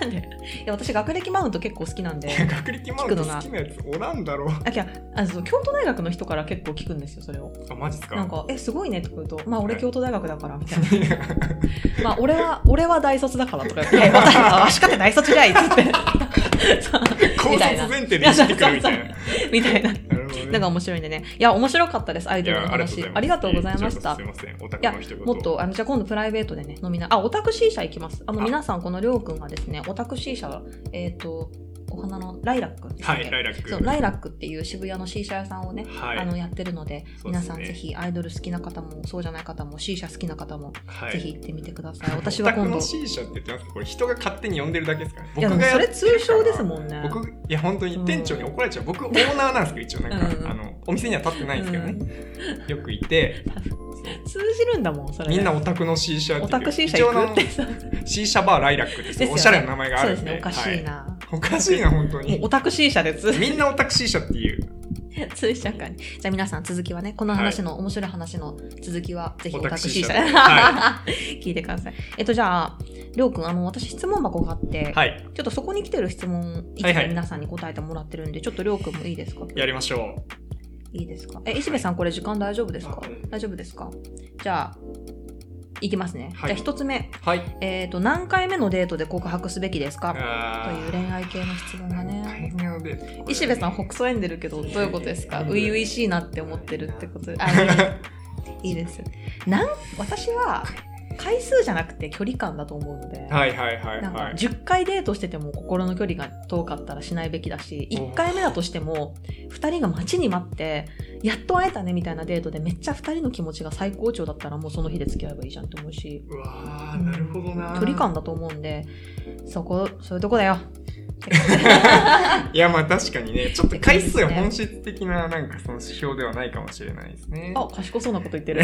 S1: なんでいや私学歴マウント結構好きなんで
S2: いや学歴マウント好きなやつおらんだろう
S1: あいやあそう京都大学の人から結構聞くんですよそれを
S2: あマジっすか
S1: なんか「えすごいね」って言うと「まあ俺
S2: はい
S1: 京都大学だから」みたいな「まあ俺は俺は大卒だから」とか「いや私はわしかって大卒じゃい」っつってそう
S2: 高
S1: み
S2: 卒
S1: たいな
S2: 前提で知ってくるみたいな
S1: みたいな
S2: なるほどね
S1: なんか面白いんでねいや面白かったですアイ
S2: い
S1: ドルの
S2: や
S1: 話ありがとうございました
S2: すいませんオタ
S1: い
S2: ク
S1: や
S2: の一言
S1: もっとあのじゃあ今度プライベートでね飲みなあオタク C 社行きますあの
S2: あ
S1: 皆さんこのりょうくんがですねオタク C 社えっ、とお花のライラックでしたっ
S2: は
S1: け
S2: いライラック
S1: そうライラックっていう渋谷の C 社屋さんをね、
S2: はい
S1: あのやってるので
S2: そうで
S1: 皆
S2: すね
S1: さんぜひアイドル好きな方もそうじゃない方も C 社好きな方も
S2: はい
S1: ぜひ行ってみてくだ さい、私は今
S2: オタク
S1: 度
S2: の C 社って言ってますけどこれ人が勝手に呼んでるだけですからね
S1: いやでも
S2: が
S1: それ
S2: やってる
S1: 通
S2: から
S1: 称ですもんね
S2: 僕いや本当に店長に怒られちゃう、僕オーナーなんですけど一応なんか、
S1: うん
S2: あのお店には立ってないんですけどね、よくいて
S1: 通じるんだもんそれ
S2: みんなオタクの C 社って
S1: オ
S2: 言
S1: タ
S2: って
S1: ク C 社
S2: 一応
S1: 行
S2: あ
S1: く
S2: の
S1: ってそうで
S2: C 社バーライラックって
S1: すよね
S2: おしゃれな名前があ
S1: す
S2: るんで
S1: ねおかしい
S2: は
S1: な、
S2: いおかしいな本当
S1: もう
S2: に
S1: オタク C 社で通
S2: みんなオタク C 社っていう
S1: 通社会に。じゃあ皆さん続きはね、この話の、面白い話の続きは、ぜひオタク C 社で、
S2: オタク C 社は
S1: 聞いてください。えっと、じゃあ、りょうくん、あの、私質問箱があって、
S2: はい
S1: ちょっとそこに来てる質問、いつ
S2: はい
S1: も
S2: はい
S1: 皆さんに答えてもらってるんで、ちょっとりょうくんもいいですか
S2: やりましょ
S1: いいですかえ、石部さん、これ時間大丈夫ですか
S2: あうん
S1: 大丈夫ですかじゃあ、いきますね。
S2: はい
S1: じゃあ一つ目。
S2: はい。
S1: えっ、と、何回目のデートで告白すべきですかと
S2: あ
S1: いう恋愛系の質問がね。
S2: ーで
S1: 石部さん、ほくそ笑んでるけど、どういうことですか初々しいなって思ってるって ことで。あ、いいです。なん、私は、回数じゃなくて距離感だと思うので。
S2: はいはいはい
S1: なん
S2: は
S1: か
S2: い。
S1: 10回デートしてても心の距離が遠かったらしないべきだし
S2: うん
S1: 1回目だとしても2人が待ちに待ってやっと会えたねみたいなデートでめっちゃ2人の気持ちが最高潮だったらもうその日で付き合えばいいじゃんって思うし
S2: うわー、なるほどな。
S1: 距離感だと思うんでそこそういうとこだ よ
S2: いやまあ確かにね、ちょっと回数が本質的ななんかその指標ではないかもしれないですね。
S1: あ賢そうなこと言 ってる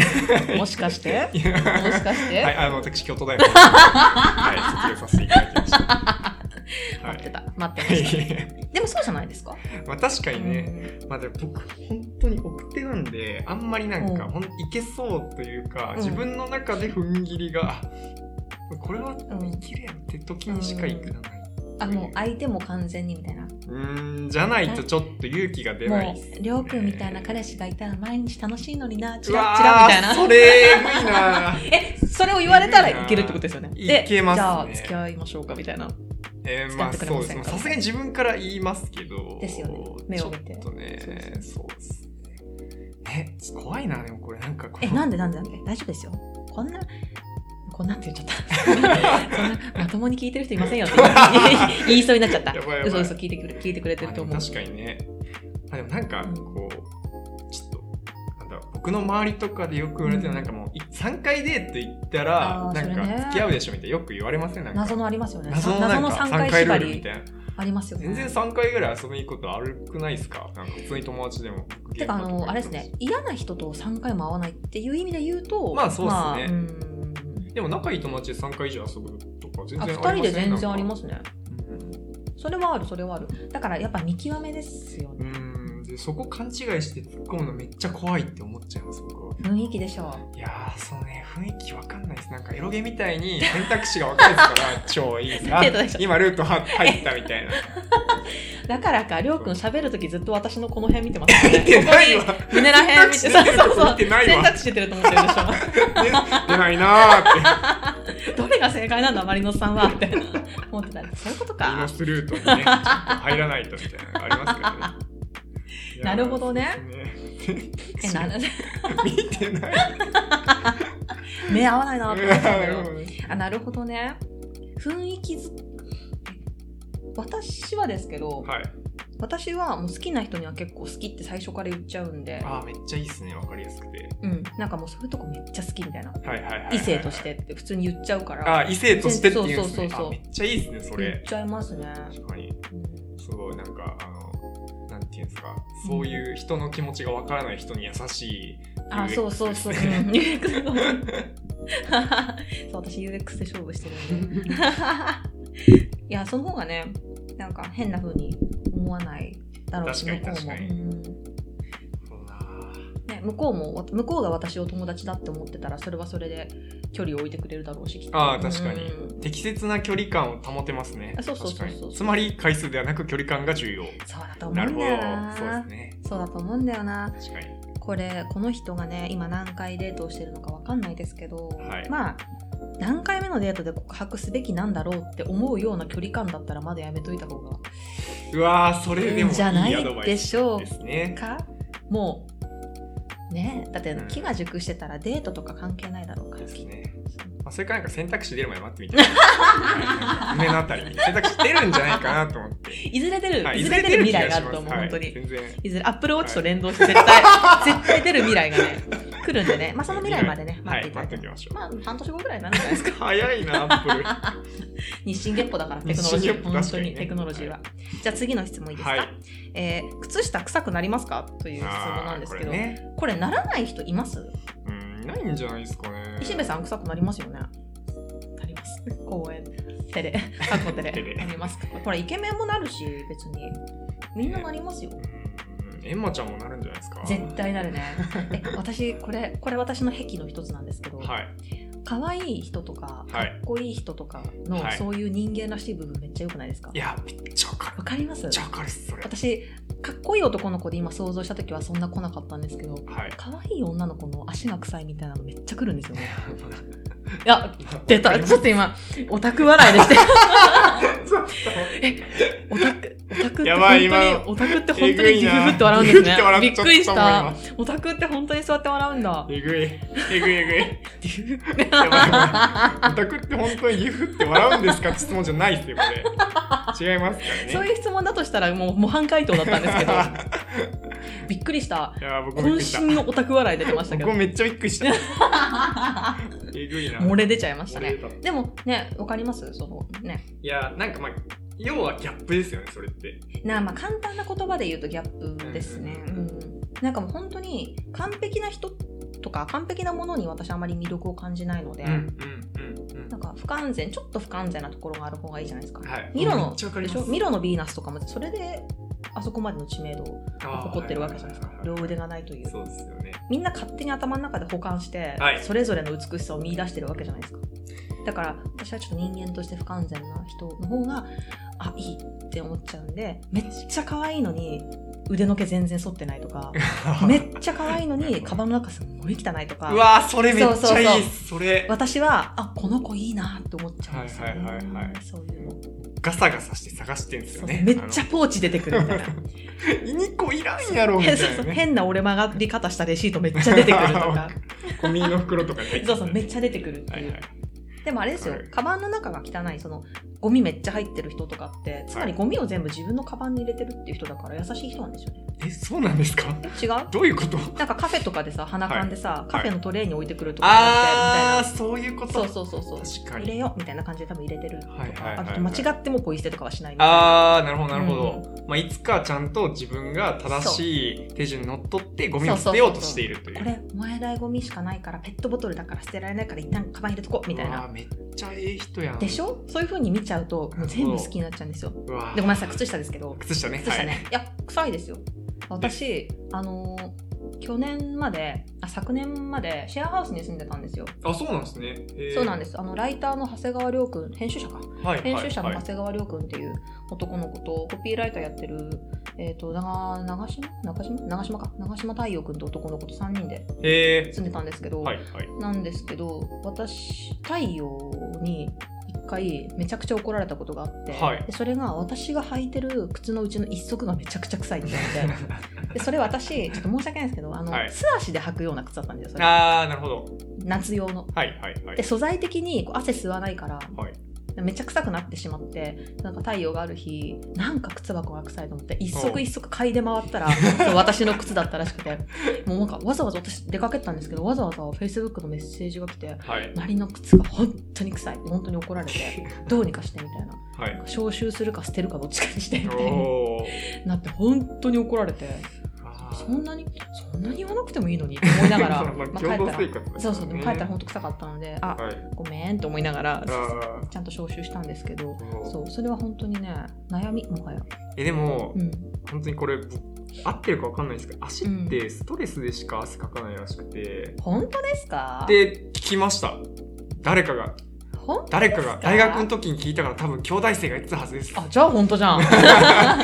S1: もしかして
S2: いや
S1: もしかして、
S2: はい、あの私京都大 学のはい卒業させていただきました。は
S1: 待って
S2: い。
S1: た待ってました
S2: い
S1: でもそうじゃないですか、
S2: やまあ確かにね、まあでも僕本当に奥手なんであんまりなんか
S1: うん
S2: ほんいけそうというか、
S1: うん
S2: 自分の中で踏ん切りがあこれは
S1: うん
S2: いけるやんって時にしかいかない。
S1: うんあもう相手も完全にみたいな
S2: うーんじゃないとちょっと勇気が出ない
S1: も
S2: っすね。
S1: うりょうくんみたいな彼氏がいたら毎日楽しいのになチ
S2: うわ
S1: ラ
S2: ー
S1: チラみたいな
S2: それえぐいな。
S1: えそれを言われたらいけるってことですよね。
S2: いい
S1: で
S2: いけますね
S1: じゃあ付き合いましょうかみたいな。
S2: えー、
S1: 使
S2: まあ
S1: ってくれ
S2: そう
S1: ま
S2: で
S1: せ
S2: す
S1: ん
S2: ね
S1: か
S2: さすがに自分から言いますけど
S1: ですよね目を見て
S2: ちょっとね
S1: そうそう
S2: そうですねね怖いなでもこれなんかこ
S1: え
S2: の
S1: なんでなんでなんで大丈夫ですよ。こんなこんなって言っち ゃった。そんなまともに聞いてる人いませんよって言い言いそうになっちゃった。
S2: やばいやばい
S1: 嘘嘘聞いてくれ聞いてくれてると思
S2: あ
S1: う。
S2: 確かにねあでもなんか
S1: うん
S2: こうちょっとなんだろう僕の周りとかでよく言われてるのはなんかもうい3回デート行ったら
S1: あー
S2: な
S1: それね
S2: んか付き合うでしょみたいなよく言われませんなんか
S1: 謎のありますよね。
S2: 謎のな
S1: 謎
S2: ん
S1: の
S2: か
S1: 三
S2: 3
S1: 回
S2: 回ル
S1: 縛
S2: ールみ
S1: り
S2: たいな
S1: ありますよね。
S2: 全然3回ぐらい遊びに行くことあるくないですかなんか普通に友達でも
S1: てかあのあれですね嫌な人と三回も会わないっていう意味で言うと
S2: まあそうっすね
S1: まあうん
S2: でも仲いい友達で3回以上遊ぶとか全然
S1: あ
S2: あ
S1: 二
S2: りません
S1: 人で全然あり
S2: す
S1: ますね。それはあるそれはある。だからやっぱ見極めですよね。
S2: うんでそこ勘違いして突っ込むのめっちゃ怖いって思っちゃいます僕は
S1: 雰囲気でしょう。
S2: いやーそのね雰囲気わかんないですなんかエロゲみたいに選択肢が分かれてたら 超いいですあ
S1: デートでしょ
S2: 今ルートは入ったみ たいな
S1: だからか、りょうくん喋るときずっと私のこの辺見てますよね。
S2: 見 てないわ
S1: ここに胸ら辺見て、
S2: 選
S1: そう
S2: 択肢出てると
S1: そうそう。選択肢出てると
S2: こ見てないわ
S1: 思ってるで
S2: で出ないなーって
S1: しょ。ど れが正解なんだ、マリノスさんは。みたいな。思ってた。そういうこと
S2: ミ
S1: か
S2: ノ。スルートにねちょっと入らないとみたいなのありますからねいやー
S1: なるほどね
S2: そうですね
S1: え、
S2: 選
S1: な
S2: 択肢 見てない
S1: 目合わないなって思って たんだけど
S2: なるほどね
S1: あ、なるほどね。雰囲気づ私はですけど、
S2: はい
S1: 私はもう好きな人には結構好きって最初から言っちゃうんで、
S2: あーめっちゃいいっすねわかりやすくて
S1: うん、なんかもうそういうとこめっちゃ好きみたいな。
S2: はいはいはいはい、
S1: 異性としてって普通に言っちゃうから、
S2: あ異性としてっていうんです
S1: そうそう
S2: ね
S1: そうそう
S2: あめっちゃいいですねそ
S1: 言っ
S2: れ
S1: ちゃいますね。
S2: 確かに
S1: うん
S2: すごいなんかあのなんていうんですかそういう人の気持ちがわからない人に優しい
S1: あ、そうそう そう。うん UX の そう、私 UX で勝負してる んで。いや、その方がね、なんか変な風に思わないだろうし、
S2: 確かに
S1: 向こうも
S2: 確かに
S1: うん
S2: そうだな
S1: ね、向こうも、向こうが私を友達だって思ってたら、それはそれで距離を置いてくれるだろうし、きっと
S2: あー確かに
S1: うん
S2: 適切な距離感を保てますね
S1: あそうそうそうそう
S2: 確かにつまり回数ではなく距離感が重要
S1: そうだと思
S2: な
S1: う
S2: る
S1: ん
S2: ほ
S1: だ
S2: ど
S1: よ
S2: そうで
S1: な
S2: す。ね
S1: そうだと思うんだよな。
S2: 確かに
S1: これ、この人がね、今何回デートをしてるのかわかんないですけど、
S2: はい
S1: まあ、何回目のデートで告白すべきなんだろうって思うような距離感だったらまだやめといた方が
S2: うわーそれ
S1: い
S2: で
S1: いん
S2: も
S1: じゃないい
S2: いアドバ
S1: で
S2: イス
S1: しょ
S2: ですね
S1: うかもうねだって
S2: うん
S1: 木が熟してたらデートとか関係ないだろうから
S2: ですねまあ、それかなんか選択肢出る前待ってみ たいな胸のあたりに選択肢出るんじゃないかなと思って
S1: いずれ出る、、
S2: はい
S1: ずれ出る未
S2: 気
S1: 来
S2: が
S1: があ
S2: し
S1: る
S2: ま
S1: と
S2: す
S1: 思う、
S2: はい
S1: 本当に
S2: 全然
S1: いずれアップルウォッチと連動して絶対、絶対出る未来がね来るんでねまあその未来までね待
S2: は
S1: って
S2: い
S1: いただ
S2: 待
S1: い
S2: っ
S1: て、
S2: ておきましょう、
S1: まあ半年後ぐらいになるんじゃないですか
S2: 早いな アップルは
S1: 日進月歩だからテクノロ
S2: 日
S1: ジ
S2: 進
S1: ー本
S2: 月歩確
S1: 当
S2: かに
S1: に
S2: ね
S1: テクノロジーは、じゃあ次の質問いいですか、
S2: い
S1: えー靴下臭くなりますかという質問なんですけどこ
S2: あーこれ
S1: れ,、
S2: ね
S1: ならない人います
S2: うんいないんじゃないですかね
S1: 石部さん臭くなりますよねなります公園手で過去手で
S2: 手で
S1: なりますこれイケメンもなるし別にみんななりますよ
S2: うんエンマちゃんもなるんじゃないですか
S1: 絶対なるねえ私これこれ私の癖の一つなんですけど、
S2: はい
S1: 可愛い人とかか
S2: はい
S1: っこいい人とかの、
S2: はい
S1: そういう人間らしい部分めっちゃ良くないですか
S2: いやめっちゃわかる
S1: わかります
S2: めっちゃわかるっすそれ
S1: 私かっこいい男の子で今想像した時はそんな来なかったんですけど
S2: はい
S1: 可愛い女の子の足が臭いみたいなのめっちゃ来るんですよねいや、出 た。ちょっと今、オタク笑いでして。オタク、オタクって
S2: や
S1: 本
S2: ば
S1: 当
S2: い
S1: に
S2: 今、
S1: オタクって本当
S2: えぐ
S1: に
S2: い
S1: ギ
S2: な
S1: フフって笑うんです
S2: ギ
S1: ね
S2: フって。笑
S1: び
S2: っ
S1: っ
S2: ちゃっ
S1: く
S2: た
S1: りし
S2: も
S1: た
S2: う。
S1: オタクって本当にそうやって笑うんだ。
S2: えぐい。えぐいえぐ い。やばいやばいオタクって本当にギフって笑うんですかって質問じゃないですよ、これ。違いますからね。
S1: そういう質問だとしたらもう模範回答だったんですけ ど、びっくりした。
S2: いやー、僕もびっくりした
S1: 渾。身のオタク笑い出て ましたけ
S2: 僕
S1: ど
S2: も。めっちゃびっくりした。えぐいな。
S1: 漏れ出ちゃいました
S2: 漏
S1: ね
S2: れ。た
S1: でもね、わかりますそのね。
S2: いやー、なんかまあ、要はギャップですよね、それって。
S1: なあまあ簡単な言葉で言うとギャップですね。
S2: う
S1: うんん、なんかもう本当に完璧な人とか完璧なものに私あまり魅力を感じないので、
S2: うんうんうん
S1: なんか不完全ちょっと不完全なところがある方がいいじゃないですか。
S2: うん。はい。
S1: ミロ
S2: め
S1: の
S2: っちゃわかり
S1: でし
S2: ま
S1: ょ
S2: す
S1: ミロのヴィーナスとかもそれであそこまでの知名度を
S2: あー
S1: 誇ってるわけじゃないです
S2: は
S1: か
S2: は。
S1: 両
S2: は
S1: 腕がないという
S2: そうですよね。
S1: みんな勝手に頭の中で保管して、
S2: はい
S1: それぞれの美しさを見出してるわけじゃないですかだから私はちょっと人間として不完全な人の方があいいって思っちゃうんでめっちゃ可愛いのに腕の毛全然剃ってないと かめっちゃ可愛いのにカバンの中すんごい汚いと
S2: う
S1: か
S2: わー、それめっちゃいいっ
S1: そう
S2: す。それ、
S1: 私はあこの子いいなって思っちゃうんですよね、
S2: はいはいはいはい
S1: そういうの
S2: ガサガサして探してんす
S1: そう
S2: よね。
S1: めっちゃポーチ出てくるみたいな
S2: あの。イ ニコいらんやろ、みた
S1: 変
S2: い
S1: そうそう
S2: なね。
S1: 変な折れ曲がり方したレシートめっちゃ出てくると か
S2: コンビニの袋とかで。
S1: そうそうめっ
S2: ち
S1: ちゃ出てくるって、
S2: はいいうはい。
S1: でもあれですよ、
S2: はい
S1: カバンの中が汚いそのゴミめっちゃ入ってる人とかってつまりゴミを全部自分のカバンに入れてるっていう人だから優しい人なんですよね
S2: え、そうなんですか
S1: え違う
S2: どういうこと
S1: なんかカフェとかでさ鼻かんでさ、
S2: い
S1: カフェのトレーに置いてくるとかって
S2: あー、そういうこ
S1: み
S2: と。
S1: たいなそうそうそうそう
S2: 確か
S1: 入れ
S2: に。
S1: ようみたいな感じで多分入れてるとか、
S2: はいはいはいはい
S1: あと間違ってもポイ捨てとかはしないみたいな
S2: あー、なるほど、なるほど。まあ、いつかちゃんと自分が正しい手順にのっとってゴミを捨てようとしているという。
S1: これお前代ゴミしかないからペットボトルだから捨てられないから一旦カバン入れとこうみたいう
S2: わ
S1: な
S2: ーめっちゃええ人やん。
S1: でしょそういう風に見ちゃうともう全部好きになっちゃうんですよで
S2: うわー
S1: ごめんなさい靴下ですけど
S2: 靴下ね。
S1: 靴下ね、い、や臭いですよ私あのー去年まであ昨年までシェアハウスに住んでたんですよ、
S2: はい。あ、そうなんですね。へー
S1: そうなんですあのライターの長谷川亮君編集者か
S2: はい
S1: 編集者の
S2: はいは
S1: 長
S2: い
S1: 谷川亮君っていう男の子とコピーライターやってるえっ、と長長島長島長島か長島太陽君と男の子と3人で
S2: へ
S1: 住んでたんですけど、
S2: ーはいはい。
S1: なんですけど私太陽に一回めちゃくちゃ怒られたことがあって、
S2: はい
S1: でそれが私が履いてる靴のうちの一足がめちゃくちゃ臭いって言われてでそれ私ちょっと申し訳ないんですけどあの、
S2: はい
S1: 素足で履くような靴だったんですよそれ
S2: あー、なるほど。
S1: 夏用の。
S2: はいはいはい
S1: で。素材的にこう汗吸わないから、
S2: はい
S1: めっちゃ臭くなってしまってなんか太陽がある日なんか靴箱が臭いと思って一足一足嗅いで回ったら そう私の靴だったらしくてもうなんかわざわざ私出かけたんですけどわざわざ Facebook のメッセージが来て
S2: はい。
S1: なりの靴が本当に臭い本当に怒られてどうにかしてみたいな
S2: はい。
S1: 消臭するか捨てるかどっちかにしてみたいに
S2: おー。
S1: なって本当に怒られて
S2: あー
S1: そんなにそんなに言わなくてもいいのにって思いなが ら
S2: まあ
S1: まあ帰っ
S2: 共同
S1: た
S2: 生
S1: ら
S2: 活
S1: そうそうでも帰ったら
S2: ほ
S1: 本当臭かったのであ
S2: はい。
S1: ごめんって思いながら
S2: あ
S1: ちゃんと消臭したんですけど
S2: ー
S1: そうそれは本当にね悩みもはや、
S2: えでも、
S1: うん、
S2: 本当にこれ僕合ってるかわかんないんですけど足ってストレスでしか汗かかないらしくて、
S1: 本当ですか
S2: で聞きました誰かが
S1: 本当
S2: 誰
S1: です
S2: かが大学の時に聞いたから多分兄弟生が言ってたはずです
S1: あじゃあ本当じゃん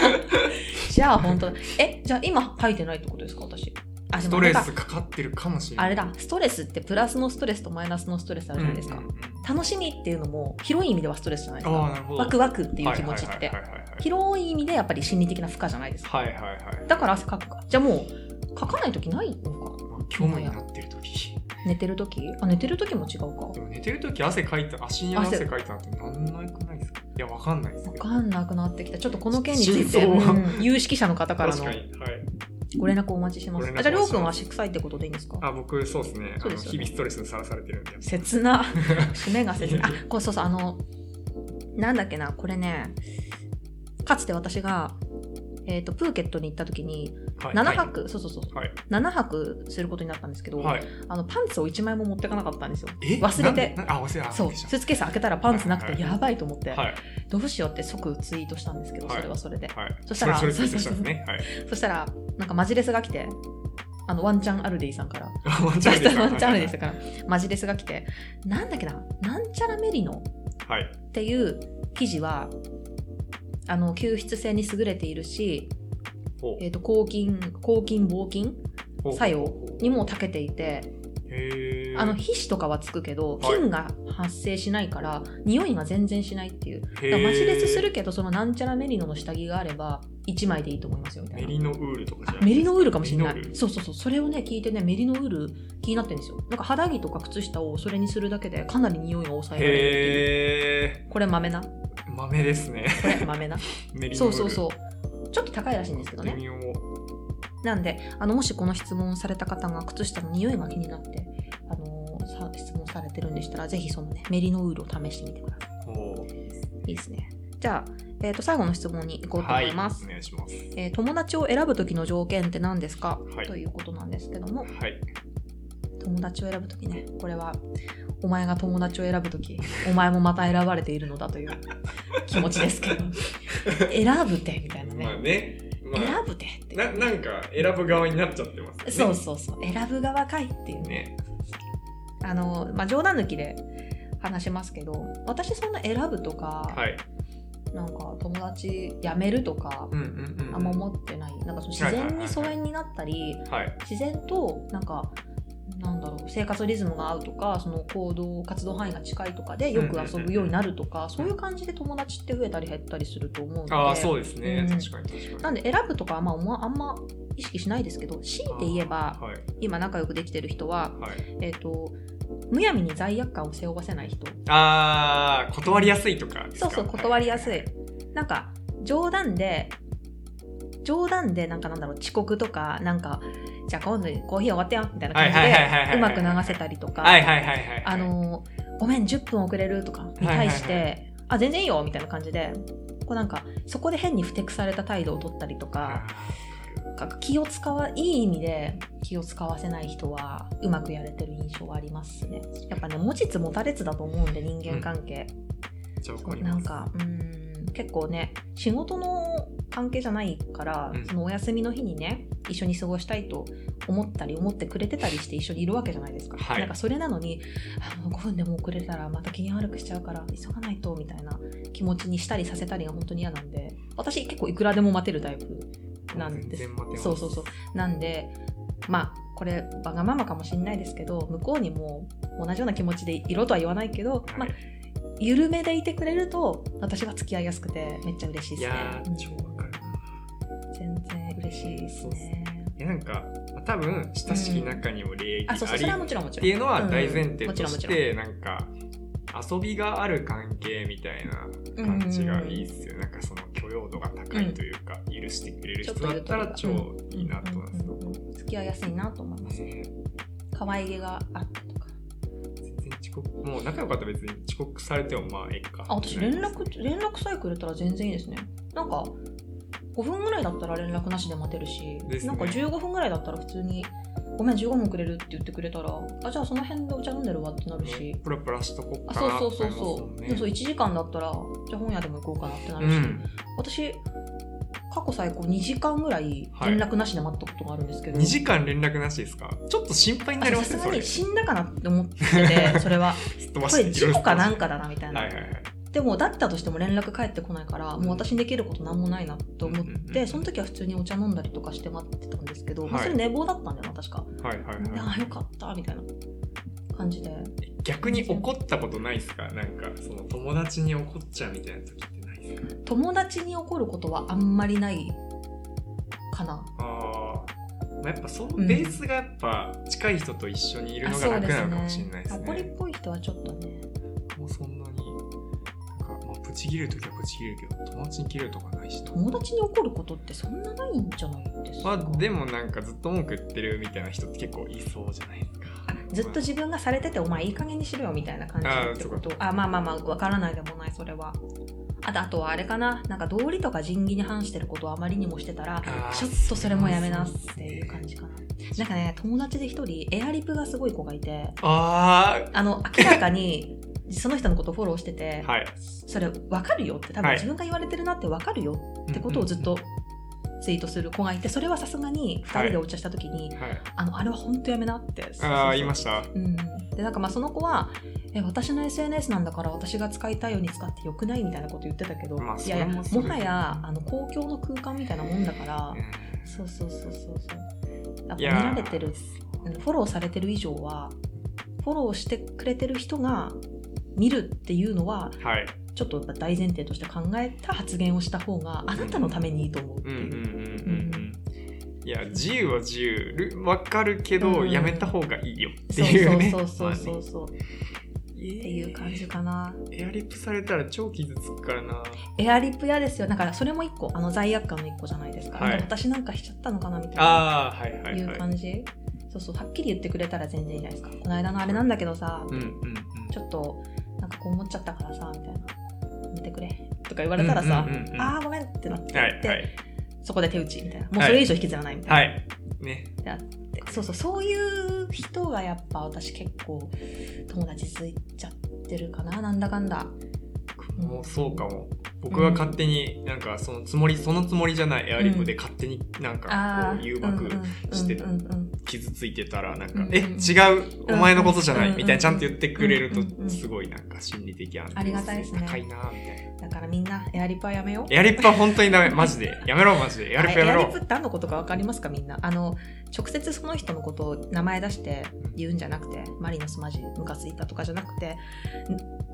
S1: じゃあ本当だえじゃあ今吐いてないってことですか私あで
S2: ス
S1: も
S2: ト
S1: あれ
S2: レ
S1: か
S2: スかかってるかもしれない
S1: あれだストレスってプラスのストレスとマイナスのストレスあるじゃないですか、
S2: うんうんうん
S1: 楽しみっていうのも広い意味ではストレスじゃないです
S2: ああ
S1: か
S2: なるほど
S1: ワク
S2: ワ
S1: ワクっていう気持ちって、
S2: はいはいはいはい
S1: 広い意味でやっぱり心理的な負荷じゃないですか
S2: はいはいはいはい
S1: だから汗かくかじゃあもうかかない時ないのか
S2: まあ興味になってる時
S1: 寝てる時あ寝てる時も違うかわ
S2: でも寝てる時汗かいた足に汗かいたってなんないくないですかいやわかんないですけど
S1: かんなくなってきたちょっとこの件につい て、
S2: 真相は
S1: うん有識者の方から
S2: 確
S1: の
S2: かにはい
S1: ご連絡をお待ちしてます
S2: ご連絡
S1: あじゃありょ
S2: お
S1: うく
S2: 待ちして
S1: んは
S2: ます
S1: 足臭いってことでいいんですか
S2: あ僕そうですね
S1: そうですよね
S2: あの日々ストレスにさらされてるん で
S1: 切な締めが切 なあこうそうそうあのなんだっけなこれねかつて私が、えー、とプーケットに行った時に
S2: はい
S1: 7泊、そうそうそう
S2: はい
S1: 7泊することになったんですけど、
S2: はい
S1: あのパンツを1枚も持ってかなかったんですよ
S2: え
S1: 忘れて
S2: なんでなあ忘れあ
S1: そう
S2: でし
S1: ス
S2: た
S1: ーツケース開けたらパンツなく
S2: はい
S1: て
S2: は
S1: やばいと思って、
S2: はい
S1: どうしようって即ツイートしたんですけど
S2: はい
S1: それはそれで、
S2: はい
S1: そしたら
S2: それそれそれそれですねはい
S1: そしたらなんかマジレスが来てあのワンチャンアルディさんから
S2: あワンチ
S1: ちゃん
S2: ャンあ
S1: と
S2: りです か
S1: ワンチャンあるですから、マジレスが来て、なんだっけな、なんちゃらメリノ
S2: はい
S1: っていう記事は、あの、吸湿性に優れているし、
S2: ほう
S1: えっ、と、抗菌、抗菌、防菌
S2: ほう
S1: 作用にも長けていて、
S2: へえ
S1: あの皮脂とかはつくけど
S2: はい
S1: 菌が発生しないから、匂いが全然しないっていうだから
S2: へー
S1: マチレスするけどそのなんちゃらメリノの下着があれば1枚でいいと思いますよみたい
S2: メ
S1: な
S2: リノウールとかじゃない
S1: メリノウールかもしれな
S2: メリノウー
S1: い
S2: ル
S1: そうそうそうそれをね聞いてねメリノウール気になってるんですよなんか肌着とか靴下をそれにするだけでかなり匂いが抑えられるっていう
S2: へ
S1: これ豆なこ
S2: ー豆ですね
S1: れ豆な
S2: メリノ
S1: そ
S2: ウー
S1: う
S2: ル
S1: そうそうちょっと高いらしいんですけどね
S2: 微妙
S1: なんであのもしこの質問をされた方が靴下の匂いが気になって、あのーさ質問されてるんでしたらぜひそのねメリノウールを試してみてくださ
S2: おー
S1: いいいですねじゃあ、えー、と最後の質問に行こうと思
S2: はい
S1: います、
S2: お願いします
S1: えー友達を選ぶ時の条件って何ですか、
S2: はい
S1: ということなんですけども
S2: はい
S1: 友達を選ぶ時ねこれはお前が友達を選ぶ時お前もまた選ばれているのだ という気持ちですけど選ぶてみたいなね、
S2: まあねま
S1: 選
S2: あ
S1: ぶてって
S2: ななんか選ぶ側になっちゃってますね
S1: そうそうそう選ぶ側かいっていうね
S2: ね
S1: あの、まあ、冗談抜きで話しますけど私そんな選ぶとか、
S2: はい
S1: なんか友達辞めるとか
S2: うんうんうん
S1: あんま思ってないなんかその自然に疎遠になったり
S2: はい
S1: 自然となんかなんだろう生活リズムが合うとかその行動活動範囲が近いとかでよく遊ぶようになるとか、そういう感じで友達って増えたり減ったりすると思うので
S2: ああそうですね、
S1: うん
S2: 確かに確
S1: な
S2: か
S1: ん
S2: に
S1: で選ぶとかはまあ思わあんま意識しないですけど強いて言えば
S2: はい
S1: 今仲良くできてる人は、
S2: はい
S1: えー、とむやみに罪悪感を背負わせない人
S2: ああ断りやすいとかです
S1: そう
S2: か
S1: そう断りやすいなんか冗談で冗談でなんかなんだろう遅刻とかなんかじゃあ今度コーヒー終わってよみたいな感じ
S2: はいはいはいはいはいは
S1: で
S2: いう
S1: まく流せたりとか、
S2: はいはいはいはい
S1: あのごめん10分遅れるとかに対して、
S2: はいは
S1: あ全然いいよみたいな感じでこうなんかそこで変にふてくされた態度を取ったりと
S2: あ
S1: かなんか気を使わいい意味で気を使わせない人はうまくやれてる印象はありますねやっぱね持ちつ持たれつだと思うんで人間関係、
S2: めっちゃわかり
S1: な
S2: ま
S1: ん
S2: す
S1: かうん結構ね仕事の関係じゃないから、
S2: うん
S1: そのお休みの日にね一緒に過ごしたいと思ったり思ってくれてたりして一緒にいるわけじゃないですか、
S2: はい
S1: なんかそれなのにあもう5分でも遅れたらまた機嫌悪くしちゃうから急がないとみたいな気持ちにしたりさせたりが本当に嫌なんで私結構いくらでも待てるタイプなんです
S2: 全然待てます
S1: そうそうそうなんでまあこれわがままかもしれないですけど向こうにも同じような気持ちでいろとは言わないけど、まあ
S2: はい、
S1: 緩めでいてくれると私は付き合いやすくてめっちゃ嬉しい
S2: い
S1: です
S2: や
S1: ね。
S2: ー超わかるな
S1: 全然嬉しいですね。
S2: いやなんかまあ多分親しき中にも礼儀あ
S1: あ、
S2: り
S1: そうそう、それはもちろんもち
S2: っ
S1: ろ
S2: て
S1: ん。
S2: いうのは大前
S1: う
S2: 提
S1: んもち
S2: と
S1: ろんも
S2: し
S1: ちろ
S2: てなんか遊びがある関係みたいな感じがいいっすよなんかその許容度が高いというか許してくれる人だったら
S1: ち
S2: 超
S1: ょっと言うと
S2: いいなと思います
S1: うんうんうん付き合いやすいなと思います。
S2: ね
S1: 可愛げがあってとか。
S2: 全然遅刻もう仲良かったら別に遅刻されてもまあええか
S1: あ、私連絡、連絡さえくれたら全然いいですね。なんか、5分ぐらいだったら連絡なしで待てるし、
S2: ですね
S1: なんか15分ぐらいだったら普通に、ごめん、15分くれるって言ってくれたら、あ、じゃあその辺でお茶飲んでるわってなるし。
S2: ねプラプラしとこっ
S1: あ
S2: か
S1: そう
S2: な
S1: そう
S2: と
S1: そう
S2: か思い
S1: そ
S2: ますもん
S1: う、
S2: ね
S1: でもそう1時間だったらじゃあ本屋でも行こうかなってな
S2: う
S1: るし、
S2: ん
S1: 私過去最高2時間ぐらい
S2: はい
S1: 連絡なしで待ったことがあるんですけど、
S2: 2時間連絡なしですかちょっと心配に
S1: あ
S2: なりま
S1: さ
S2: す
S1: す
S2: ねそ
S1: が
S2: れ
S1: に死んだかなって思って てそれは
S2: すっ飛ば
S1: こ
S2: して
S1: れ事故かなん
S2: は
S1: かだなみたい
S2: い
S1: な、
S2: はいはい
S1: でもだったとしても連絡返ってこないからもう私にできることなんもないなと思っ
S2: うんうんう
S1: て
S2: ん
S1: その時は普通にお茶飲んだりとかして待ってたんですけど、まあ
S2: はい
S1: それ寝坊だったんだよな確か、
S2: はいはいはい
S1: ああよかったみたいな感じで
S2: 逆に怒ったことないですかなんかその友達に怒っちゃうみたいな時ってないですか
S1: 友達に怒ることはあんまりないかな
S2: あー、まあやっぱそのベースがやっぱ近い人と一緒にいるのが楽なのかもしれないですね,、
S1: 怒りっぽい人はちょっとね
S2: もうそんなになんか、まあ、プチ切れる時はプチ切れるけど友達に切れるとかないしと
S1: 友達に怒ることってそんなないんじゃないです
S2: ま
S1: か、
S2: あでもなんかずっと文句言ってるみたいな人って結構いそうじゃないですか
S1: あずっと自分がされててお前いい加減にしろよみたいな感じってことあまあまあまあわからないでもないそれはあとあとはあれかななんか道理とか仁義に反してることをあまりにもしてたら
S2: あー
S1: ちょっとそれもやめなっていう感じかななんかね友達で一人エアリプがすごい子がいて
S2: あ
S1: あの明らか にその人のことをフォローしてて、
S2: あはい
S1: それ分かるよって多分
S2: はい
S1: 自分が言われてるなって分かるよってことをずっとツイートする子がいてそれはさすがに2人でお茶した時に、
S2: はい
S1: あのあれは本当やめなってそうそうそう
S2: ああ言いました
S1: うん、でなんかまあその子はえ私の SNS なんだから私が使いたいように使ってよくないみたいなこと言ってたけど、
S2: まあ
S1: いやいや
S2: それも
S1: も
S2: そうだよね
S1: はやあの公共の空間みたいなもんだから、
S2: うん
S1: そうそうそうそうそうやっぱ
S2: い
S1: 見
S2: やー
S1: られてるうんフォローされてる以上はフォローしてくれてる人が見るっていうのは
S2: はい
S1: ちょっとやっぱ大前提として考えた発言をした方があなたのためにいいと思うって
S2: うんうん
S1: いうう。
S2: んうんうんいや自由は自由るわかるけど、
S1: うん
S2: やめた方がいいよって
S1: そう
S2: いうね
S1: そうそうそ
S2: ま
S1: うそう、
S2: あね
S1: っていう感じかな。
S2: エアリップされたら超傷つくからな
S1: エアリップ嫌ですよ。だからそれも一個、あの罪悪感の一個じゃないですか。
S2: はい
S1: なんか私なんかしちゃったのかなみたいな。
S2: ああはいはいいうはい
S1: 感じ、そうそう、はっきり言ってくれたら全然いいじゃないですか。この間のあれなんだけどさ、
S2: うんうんうん
S1: ちょっとなんかこう思っちゃったからさ、みたいな。やめてくれ。とか言われたらさ、
S2: うんうんうんうん
S1: ああ、ごめんってなって、
S2: はいはい
S1: そこで手打ちみたいな。もうそれ以上引きずらないみたいな。
S2: はいね
S1: でそうそうそういう人がやっぱ私結構友達ついちゃってるかななんだかんだうん
S2: もうそうかも僕が勝手になんかそのつもりそのつもりじゃないエアリップで勝手になんかこう誘惑して
S1: うんうんうん
S2: 傷ついてたらなん
S1: うん
S2: か
S1: う
S2: 「
S1: ん
S2: え違うお前のことじゃ
S1: うん
S2: ない」
S1: うん
S2: みたいなちゃんと言ってくれる
S1: うんうんう
S2: と
S1: ん
S2: すごいなんか心理的安
S1: あり
S2: 定
S1: がたいです
S2: 性
S1: ね
S2: 高いなみたいな
S1: うんだからみんなエアリップはやめよう
S2: エアリップは本当にダメマジでやめろマジでエアリップやめ
S1: エアリッ
S2: ろ
S1: プって何のことか分かりますかみんなあの直接その人のことを名前出して言うんじゃなくてマリノスマジムカついたとかじゃなくてん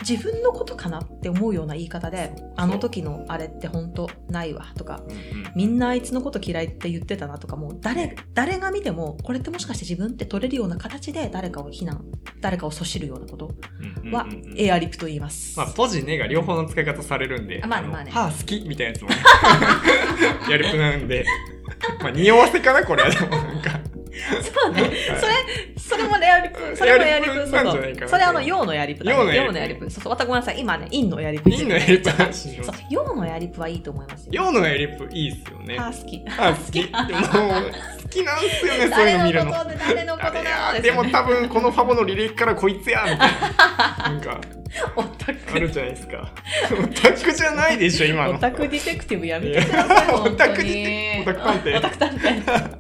S1: 自分のことかなって思うような言い方であの時のあれって本当ないわとか
S2: うんうん
S1: みんなあいつのこと嫌いって言ってたなとかもう誰誰が見てもこれってもしかして自分って取れるような形で誰かを非難誰かをそしるようなこと
S2: うんうん
S1: は
S2: うんうん
S1: エアリップと言います、
S2: まあ、ポジネが両方の使い方されるんで、
S1: あまあね
S2: の
S1: まあね
S2: 歯好きみたいなやつもね、 やる気な んで、まあ、匂わせかな、これは。でもなんか、
S1: そうねそれそれもエアリップそれもエアリップ
S2: エ
S1: そう
S2: アリップなん
S1: そ
S2: じゃないうかな
S1: それあの陽のエアリップだね
S2: 陽のエアリップ
S1: 陽のエアリップそうそうまたごめんなさい今ね陰のエアリップ
S2: 陰のエアリップの話しよう
S1: そう陽のエアリップはいいと思いますよ
S2: 陽のエアリップいいっすよね。
S1: あー好き
S2: 歯好き。でも、好きなんすよね、そういうの見
S1: 誰
S2: る
S1: の
S2: の。
S1: ことで誰のこと
S2: あれ
S1: な
S2: や
S1: の
S2: で
S1: す
S2: も
S1: よね
S2: 多分このファボの履歴からこいつやみたいななんか
S1: オタ
S2: あ
S1: ク
S2: るじゃないですかオタクじゃないでしょ今の
S1: オタクディテクティブやめてください
S2: いや
S1: 本
S2: オ
S1: 当
S2: タ
S1: に
S2: クディテオタク探偵
S1: オタク探偵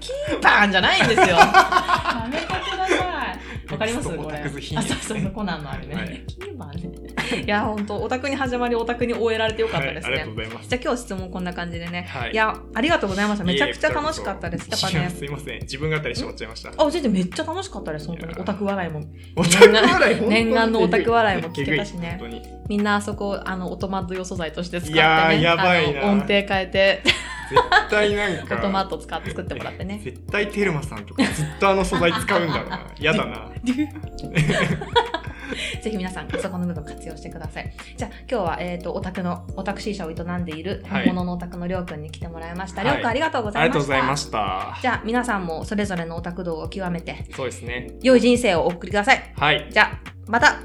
S1: キーパーンじゃないんですよやめてくださいわかります
S2: ち
S1: こ
S2: ょっ
S1: れ
S2: とオタク好き
S1: あ
S2: なやつ
S1: そ
S2: ね
S1: うそうそうコナンのあれね、
S2: はい
S1: キーパーねいや本当オタクに始まりオタクに終えられてよかったですね、
S2: はい、ありがとうございます
S1: じゃあ今日質問こんな感じでね、
S2: はい
S1: い、やありがとうございましためちゃくちゃ楽しかったです
S2: いえ
S1: だ
S2: いえ
S1: か
S2: い
S1: ら
S2: や
S1: ね
S2: すいません自分語りしてもらっちゃいました
S1: あ全然めっちゃ楽しかったです本当に
S2: いや
S1: オタク笑いも
S2: オタク笑い本当に
S1: 念願のオタク笑いも聞けたしね
S2: えぐい本当に
S1: みんなあそこあのオトマット用素材として使って、ね、
S2: いやーやばいな
S1: あの音程変えて
S2: 絶対なんか
S1: オトマット使って作ってもらってね
S2: 絶対テルマさんとかずっとあの素材使うんだろうな嫌だな
S1: ぜひ皆さん、そこの部分活用してください。じゃあ、今日は、えっ、と、オタクの、オタク C 社を営んでいる、
S2: はい
S1: 本物のオタクのりょうくんに来てもらいました。
S2: はい
S1: りょうくん、ありがとうご
S2: あ
S1: ざ
S2: り
S1: い
S2: が
S1: ました。
S2: とうございました
S1: じゃあ、皆さんもそれぞれのオタク道を極めて、
S2: そうですね
S1: 良い人生をお送りください。
S2: はい
S1: じゃあ、また